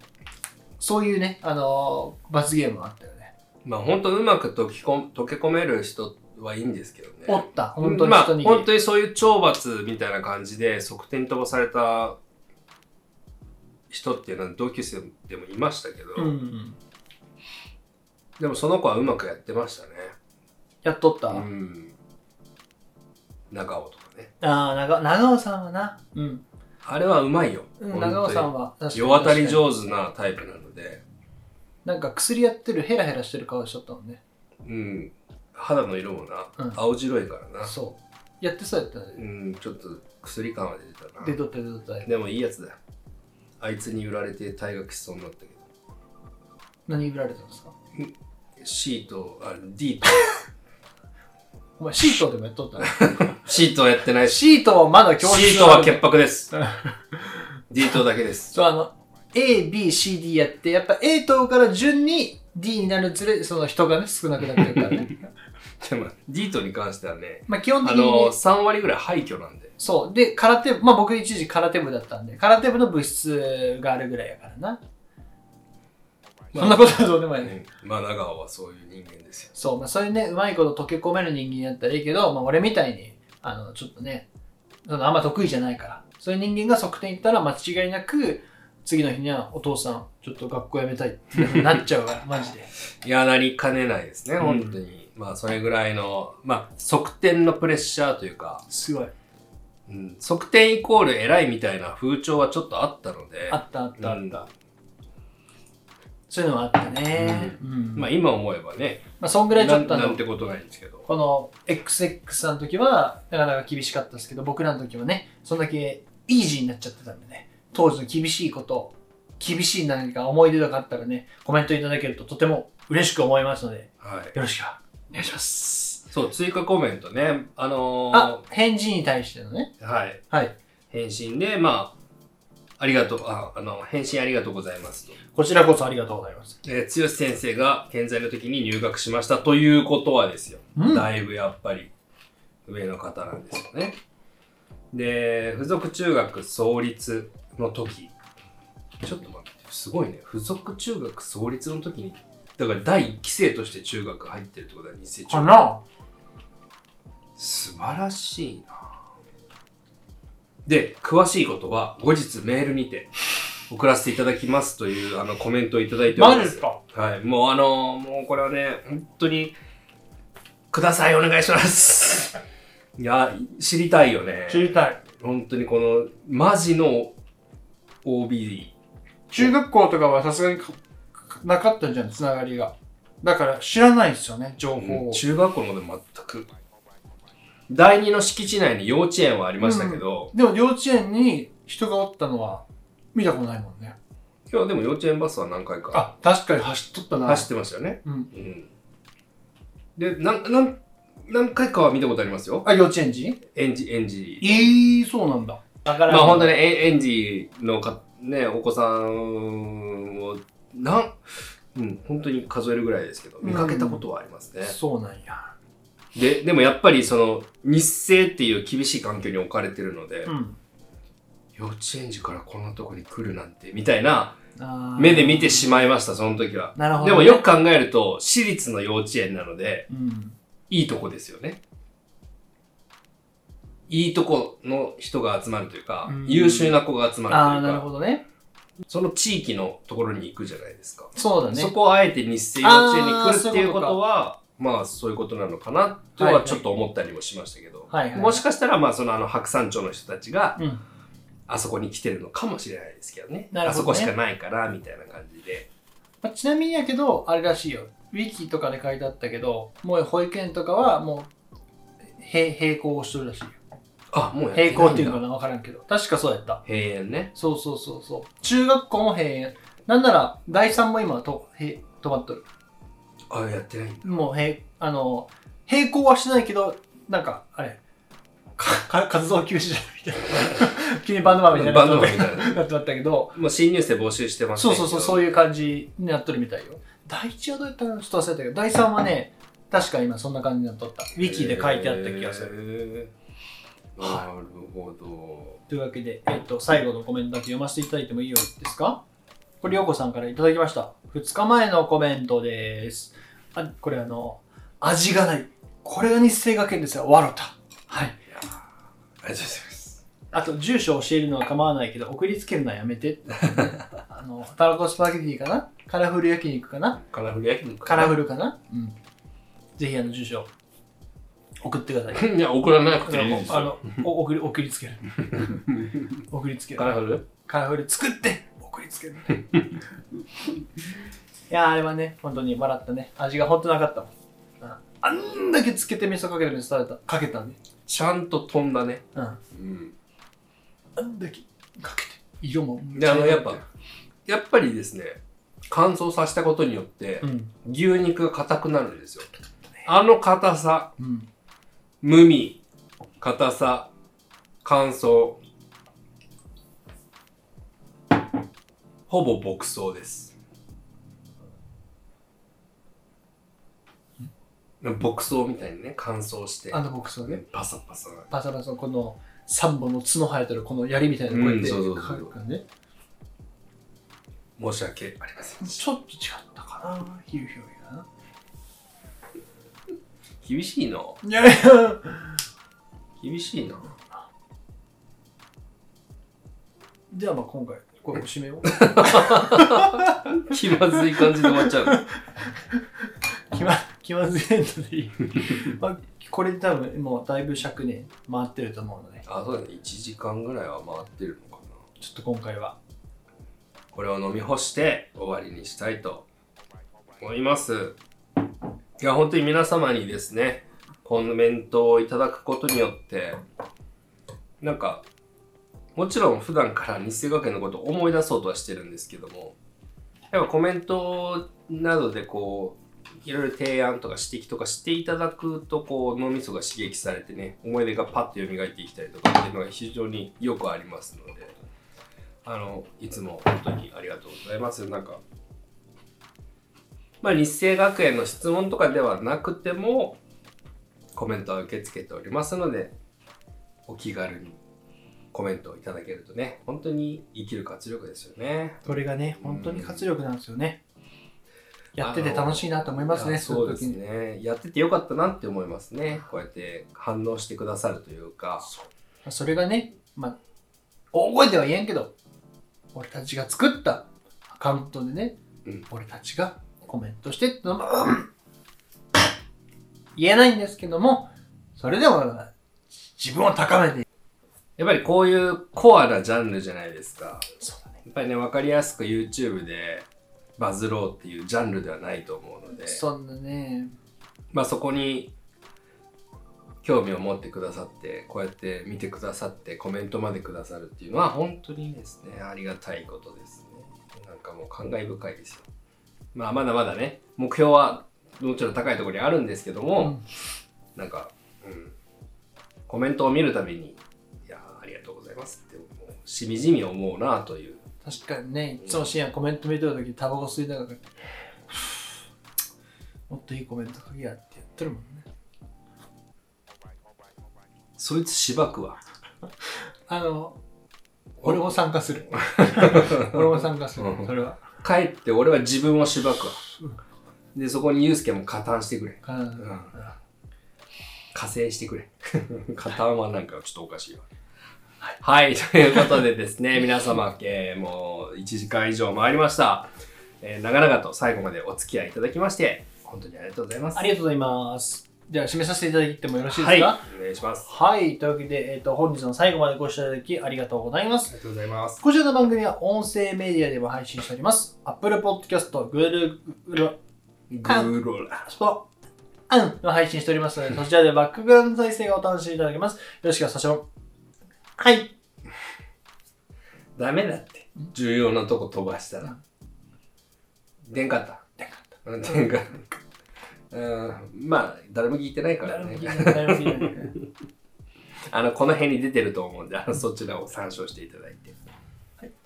[SPEAKER 3] そういうね、あのー罰ゲームもあったよね。
[SPEAKER 2] まあ本当うまく溶きこ溶け込める人はいいんですけどね。
[SPEAKER 3] おった、本当に
[SPEAKER 2] まあ
[SPEAKER 3] 人に、
[SPEAKER 2] 本当にそういう懲罰みたいな感じで側転飛ばされた人っていうのは同級生でもいましたけど、
[SPEAKER 3] うんうん。
[SPEAKER 2] でもその子はうまくやってましたね。
[SPEAKER 3] やっとった。
[SPEAKER 2] うん。長尾とかね。
[SPEAKER 3] ああ、長長尾さんはな。うん。
[SPEAKER 2] あれはうまいよ。
[SPEAKER 3] う
[SPEAKER 2] 本当
[SPEAKER 3] ん、
[SPEAKER 2] に
[SPEAKER 3] 長尾さんは確かに。
[SPEAKER 2] 世渡り上手なタイプなので、
[SPEAKER 3] なんか薬やってるヘラヘラしてる顔しちゃったもんね。
[SPEAKER 2] うん。肌の色もな、
[SPEAKER 3] うん
[SPEAKER 2] 青白いからな。
[SPEAKER 3] そう。やってそうやった
[SPEAKER 2] う
[SPEAKER 3] ね。
[SPEAKER 2] ん、ちょっと薬感は出てたな。
[SPEAKER 3] 出とった出とった。
[SPEAKER 2] でもいいやつだよ。あいつに売られて退学しそうになったけど。
[SPEAKER 3] 何売られたんですか
[SPEAKER 2] C と、あ、
[SPEAKER 3] (laughs)
[SPEAKER 2] D と。
[SPEAKER 3] お前シートでもやっと
[SPEAKER 2] (laughs)
[SPEAKER 3] ったね。
[SPEAKER 2] シートはやってないし、
[SPEAKER 3] シートはまだ教室
[SPEAKER 2] シートは潔
[SPEAKER 3] (laughs)
[SPEAKER 2] 白です。D とだけです。
[SPEAKER 3] そう、あの、A、B、C、D やって、やっぱ A 等から順に D になるにつれ、その人がね、少なくなってるからね。
[SPEAKER 2] でも、D とに関してはね、
[SPEAKER 3] まあ基本
[SPEAKER 2] あ
[SPEAKER 3] 的にね、
[SPEAKER 2] の、3割ぐらい廃墟なんで。
[SPEAKER 3] そう。で、空手部、まあ僕一時空手部だったんで、空手部の部室があるぐらいやからな。
[SPEAKER 2] まあ
[SPEAKER 3] そんなことはどうでもいい、ね。
[SPEAKER 2] うんまあ、長尾はそういう人間ですよ。
[SPEAKER 3] そう、まあそういうね、うまいこと溶け込める人間だったらいいけど、まあ俺みたいに、あの、ちょっとね、そのあんま得意じゃないから。そういう人間が側転行ったら間違いなく、次の日にはお父さん、ちょっと学校辞めたいってなっちゃう
[SPEAKER 2] (laughs)
[SPEAKER 3] から、マジで。
[SPEAKER 2] いや、なりかねないですね、
[SPEAKER 3] ん
[SPEAKER 2] 本当に。まあ、それぐらいの、まあ、側転のプレッシャーというか、
[SPEAKER 3] すごい。
[SPEAKER 2] うん、側転イコール偉いみたいな風潮はちょっとあったので、
[SPEAKER 3] あったあったあった。
[SPEAKER 2] うん
[SPEAKER 3] そういうのもあったね。うん
[SPEAKER 2] まあ、今思えばね、
[SPEAKER 3] まあ、そんぐらいち
[SPEAKER 2] な
[SPEAKER 3] ょっ
[SPEAKER 2] ん
[SPEAKER 3] とあ
[SPEAKER 2] なん
[SPEAKER 3] の
[SPEAKER 2] て、ことないんですけど。
[SPEAKER 3] この XX さんの時は、なかなか厳しかったですけど、僕らの時はね、そんだけイージーになっちゃってたんでね、当時の厳しいこと、厳しい何か思い出とかあったらね、コメントいただけるととても嬉しく思いますので、
[SPEAKER 2] はい。
[SPEAKER 3] よろしくお願いします。
[SPEAKER 2] そう、追加コメントね、あのー
[SPEAKER 3] あ、返事に対してのね、
[SPEAKER 2] はい。
[SPEAKER 3] はい。
[SPEAKER 2] 返信で、まあ、ありがとう、ああの、返信ありがとうございますと。
[SPEAKER 3] こちらこそありがとうございます。
[SPEAKER 2] えー、剛先生が健在の時に入学しましたということはですよ。
[SPEAKER 3] うん
[SPEAKER 2] だいぶやっぱり上の方なんですよね。で、附属中学創立の時、ちょっと待って、すごいね。附属中学創立の時に、だから第1期生として中学入ってるってことは2世中
[SPEAKER 3] か
[SPEAKER 2] 学。
[SPEAKER 3] な
[SPEAKER 2] 素晴らしいなで、詳しいことは後日メールにて送らせていただきますというあのコメントをいただいております。
[SPEAKER 3] マジですか
[SPEAKER 2] はい。もうあのもうこれはね、本当にください、お願いします。いや、知りたいよね。
[SPEAKER 3] 知りたい。
[SPEAKER 2] 本当にこの、マジの OB。
[SPEAKER 3] 中学校とかはさすがにかかなかったんじゃん、つながりが。だから知らないですよね、情報を。
[SPEAKER 2] 中学校のでも全く。第二の敷地内に幼稚園はありましたけど、
[SPEAKER 3] でも幼稚園に人がおったのは見たことないもんね。
[SPEAKER 2] 今日でも幼稚園バスは何回か
[SPEAKER 3] あ、確かに走っとったな。
[SPEAKER 2] 走ってましたよね。
[SPEAKER 3] うん。
[SPEAKER 2] うん。で、なん、なん、何回かは見たことありますよ。
[SPEAKER 3] あ、幼稚園児
[SPEAKER 2] 園児、園児。
[SPEAKER 3] ええそうなんだ。だか
[SPEAKER 2] まあ本当にえ園児のか、ね、お子さんを、なん、うん、本当に数えるぐらいですけど、見かけたことはありますね。
[SPEAKER 3] そうなんや。
[SPEAKER 2] で、でもやっぱりその、日生っていう厳しい環境に置かれてるので、
[SPEAKER 3] うん。
[SPEAKER 2] 幼稚園児からこんなとこに来るなんて、みたいな
[SPEAKER 3] あー
[SPEAKER 2] 目で見てしまいました、その時は。
[SPEAKER 3] なるほど、
[SPEAKER 2] でもよく考えると、私立の幼稚園なので、
[SPEAKER 3] うん。
[SPEAKER 2] いいとこですよね。いいとこの人が集まるというか、
[SPEAKER 3] うん
[SPEAKER 2] 優秀な子が集ま
[SPEAKER 3] ああ、
[SPEAKER 2] るとい
[SPEAKER 3] なる
[SPEAKER 2] うか、
[SPEAKER 3] ほどね。
[SPEAKER 2] その地域のところに行くじゃないですか。
[SPEAKER 3] そうだね。
[SPEAKER 2] そこをあえて日生幼稚園に
[SPEAKER 3] あ
[SPEAKER 2] 来
[SPEAKER 3] ー
[SPEAKER 2] るっていうこ
[SPEAKER 3] そういう
[SPEAKER 2] と
[SPEAKER 3] こ
[SPEAKER 2] は、まあそういうことなのかなと
[SPEAKER 3] はいは
[SPEAKER 2] はいちょっと思ったりもしましたけど、
[SPEAKER 3] はいはい
[SPEAKER 2] もしかしたらまあそのあの白山町の人たちが
[SPEAKER 3] うん。
[SPEAKER 2] あそこに来てるのかもしれないですけどね。
[SPEAKER 3] なる
[SPEAKER 2] あ
[SPEAKER 3] ほ
[SPEAKER 2] そ
[SPEAKER 3] どね
[SPEAKER 2] こしかないからみたいな感じで。
[SPEAKER 3] まあちなみにやけど、あれらしいよ。ウィキとかで書いてあったけど、もう保育園とかはもう、へ並行をしてるらしいよ。
[SPEAKER 2] あ、もうやってない
[SPEAKER 3] 並
[SPEAKER 2] んだ
[SPEAKER 3] 行っていうのかなわからんけど。確かそうやった。
[SPEAKER 2] 閉園ね。
[SPEAKER 3] そうそうそうそう。中学校も閉園。なんなら、第3も今と、へ止まっとる。
[SPEAKER 2] あ、やってないんだ。
[SPEAKER 3] もう、へあの、並行はしてないけど、なんか、あれ、かか (laughs) 活動休止じゃないみたい (laughs) な。急にバンドマンみたいにな
[SPEAKER 2] バ
[SPEAKER 3] っ
[SPEAKER 2] ンド
[SPEAKER 3] と
[SPEAKER 2] マ
[SPEAKER 3] っ
[SPEAKER 2] ンみたい
[SPEAKER 3] た
[SPEAKER 2] な。
[SPEAKER 3] なってまったけど、
[SPEAKER 2] もう新入生募集してます
[SPEAKER 3] そうそうそう、そう
[SPEAKER 2] いう。
[SPEAKER 3] いう感じになっとるみたいよ。第1はどうやったかなちょっと忘れたけど、第3はね、確か今そんな感じになっとった。ウィキで書いてあった気がする。
[SPEAKER 2] る。なるほど。
[SPEAKER 3] というわけで、えっと、最後のコメントだけ読ませていただいてもいいようですかこれ、りょうこさんからいただきました。2日前のコメントです。あこれ、あの、味がない。これが日清学園ですよ。わろた。はい。
[SPEAKER 2] ありがとうございます。
[SPEAKER 3] あと、住所を教えるのは構わないけど、送りつけるのはやめて。 (laughs) あの、たらこスパゲティかなカラフル焼肉かな
[SPEAKER 2] カラフル焼肉
[SPEAKER 3] カラフ
[SPEAKER 2] ル。
[SPEAKER 3] ルかな、うん、ぜひあの住所送ってください。
[SPEAKER 2] (laughs) いや、送らなくていいですよ。
[SPEAKER 3] あのお送り送りつけ
[SPEAKER 2] (laughs)
[SPEAKER 3] る。送りつける
[SPEAKER 2] カ。ラフル
[SPEAKER 3] カラフル作って送りつけ
[SPEAKER 2] (laughs)
[SPEAKER 3] る。いやーあれはね、本当に笑ったね。味が本当なかったもん。うんあんだけつけて味噌かけて味噌食べた。かけたね。
[SPEAKER 2] ちゃんと飛んだね。
[SPEAKER 3] うん。
[SPEAKER 2] うん。
[SPEAKER 3] あんだけかけて。色も。
[SPEAKER 2] で、あの、やっぱ、やっぱりですね、乾燥させたことによって
[SPEAKER 3] う、ん。
[SPEAKER 2] 牛肉が硬くなるんですよ。あの硬さ、
[SPEAKER 3] うん。
[SPEAKER 2] 無味、硬さ、乾燥。ほぼ牧草です。牧草みたいにね、乾燥して、
[SPEAKER 3] あの僕そうね。
[SPEAKER 2] パサパサな。
[SPEAKER 3] パサパサこの3本の角生えてるこの槍みたいなのこうやって
[SPEAKER 2] うんそうそう
[SPEAKER 3] か
[SPEAKER 2] そう
[SPEAKER 3] けるからね。
[SPEAKER 2] 申し訳ありません。
[SPEAKER 3] ちょっと違ったかな、ヒューヒューが。
[SPEAKER 2] 厳しいな。
[SPEAKER 3] いやいや、
[SPEAKER 2] 厳しいな。
[SPEAKER 3] じゃあまあ今回、これおしめを。
[SPEAKER 2] 気まずい感じで終わっちゃうの。
[SPEAKER 3] 気ま気まずいエンドでいい。まあ、これで多分もうだいぶ尺ね、回ってると思うので、
[SPEAKER 2] あ、そうだね。1時間ぐらいは回ってるのかな。
[SPEAKER 3] ちょっと今回は。
[SPEAKER 2] これを飲み干して終わりにしたいと思います。いや、本当に皆様にですね、コメントをいただくことによって、なんか、もちろん普段から日生学園のことを思い出そうとはしてるんですけども、やっぱコメントなどでこう、いろいろ提案とか指摘とかしていただくと、こう、脳みそが刺激されてね、思い出がパッと蘇ってきたりとかっていうのが非常によくありますので、あの、いつも本当にありがとうございます。なんか、まあ、日生学園の質問とかではなくても、コメントは受け付けておりますので、お気軽にコメントをいただけるとね、本当に生きる活力ですよね。
[SPEAKER 3] これがね、本当に活力なんですよね。やってて楽しいなと思い
[SPEAKER 2] い
[SPEAKER 3] ますね、
[SPEAKER 2] や
[SPEAKER 3] そ
[SPEAKER 2] そうう
[SPEAKER 3] いう
[SPEAKER 2] です
[SPEAKER 3] 時に。
[SPEAKER 2] ね。やっててよかったなって思いますね。こうやって反応してくださるというか、
[SPEAKER 3] まあそれがね、まあ、大声では言えんけど、俺たちが作ったアカウントでね、
[SPEAKER 2] うん
[SPEAKER 3] 俺たちがコメントして、うん言えないんですけども、それでも自分を高めていく。
[SPEAKER 2] やっぱりこういうコアなジャンルじゃないですか。
[SPEAKER 3] そうだね。
[SPEAKER 2] やっぱりね、わかりやすく YouTube でバズろうっていうジャンルではないと思うので、
[SPEAKER 3] そんなね、
[SPEAKER 2] まあそこに興味を持ってくださって、こうやって見てくださって、コメントまでくださるっていうのは本当にですね、ありがたいことですね。なんかもう感慨深いですよ。まあまだまだね、目標はもちろん高いところにあるんですけども、なんか、うん、コメントを見るたびに、いやーありがとうございますって、もうしみじみ思うなという。
[SPEAKER 3] 確かにね、いつも深夜コメント見てるとき、タバコ吸いながら、 (sighs) ふぅもっといいコメント書きやってやってるもんね。
[SPEAKER 2] そいつしばくわ。
[SPEAKER 3] あの、俺も参加す
[SPEAKER 2] (laughs)
[SPEAKER 3] る。俺も参加する
[SPEAKER 2] う。ん
[SPEAKER 3] それは。
[SPEAKER 2] 帰って俺は自分をしばくわ。で、そこにユうスケも加担してくれ。
[SPEAKER 3] 必ず
[SPEAKER 2] うん。加勢してくれ。 (laughs) 加担はなんかちょっとおかしいわ。はい、ということでですね、皆様、えーもう1時間以上回りました。えー長々と最後までお付き合いいただきまして、本当にありがとうございます。
[SPEAKER 3] ありがとうございます。では、締めさせていただいてもよろしいで
[SPEAKER 2] は
[SPEAKER 3] す
[SPEAKER 2] い、
[SPEAKER 3] か、
[SPEAKER 2] お願いします。
[SPEAKER 3] はい、というわけで、えっと本日の最後までご視聴いただきありがとうございま
[SPEAKER 2] あ
[SPEAKER 3] す。
[SPEAKER 2] りがとうございます。
[SPEAKER 3] こちらの番組は音声メディアでも配信しております。Apple Podcast、Google、
[SPEAKER 2] グーローラ。
[SPEAKER 3] スポ、アンの配信しておりますので、そちらでバックグラウンド再生がお楽しみいただけます。よろしくお願いします。はい。
[SPEAKER 2] ダメだって。重要なとこ飛ばしたら。出んかった。出んかった。出んかった。うん、まあ、誰も聞いてないからね。
[SPEAKER 3] 誰も聞いてない
[SPEAKER 2] あの、この辺に出てると思うんで、あの、そちらを参照していただいて。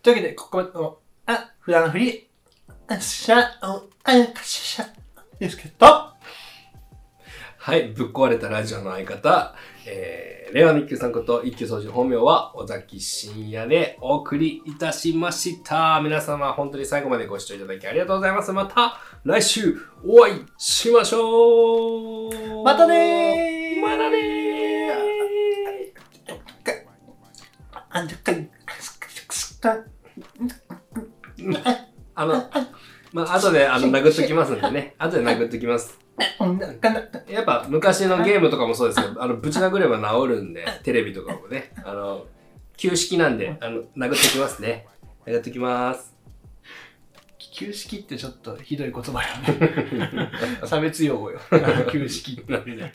[SPEAKER 3] というわけで、ここまでの、あ、普段フリー、あ、しゃ、あ、あ、かしゃ、ですけど、
[SPEAKER 2] はい、ぶっ壊れたラジオの相方、えー、レオン一休さんこと一休総司の本名は尾崎真也でお送りいたしました。皆様、本当に最後までご視聴いただきありがとうございます。また来週お会いしましょう
[SPEAKER 3] またねー
[SPEAKER 2] またねー
[SPEAKER 3] あんたかい、あすかすか、
[SPEAKER 2] あの、まあ、後で、あの、殴っときますんでね。後で殴っときます。
[SPEAKER 3] あんなかな、
[SPEAKER 2] やっぱ、昔のゲームとかもそうですけど、あの、ぶち殴れば治るんで、テレビとかもね。あの、旧式なんで、あの、殴っときますね。殴っときます。
[SPEAKER 3] (laughs) 旧
[SPEAKER 2] (laughs)
[SPEAKER 3] 式ってちょっとひどい言葉よね。差別用語よ。旧式って。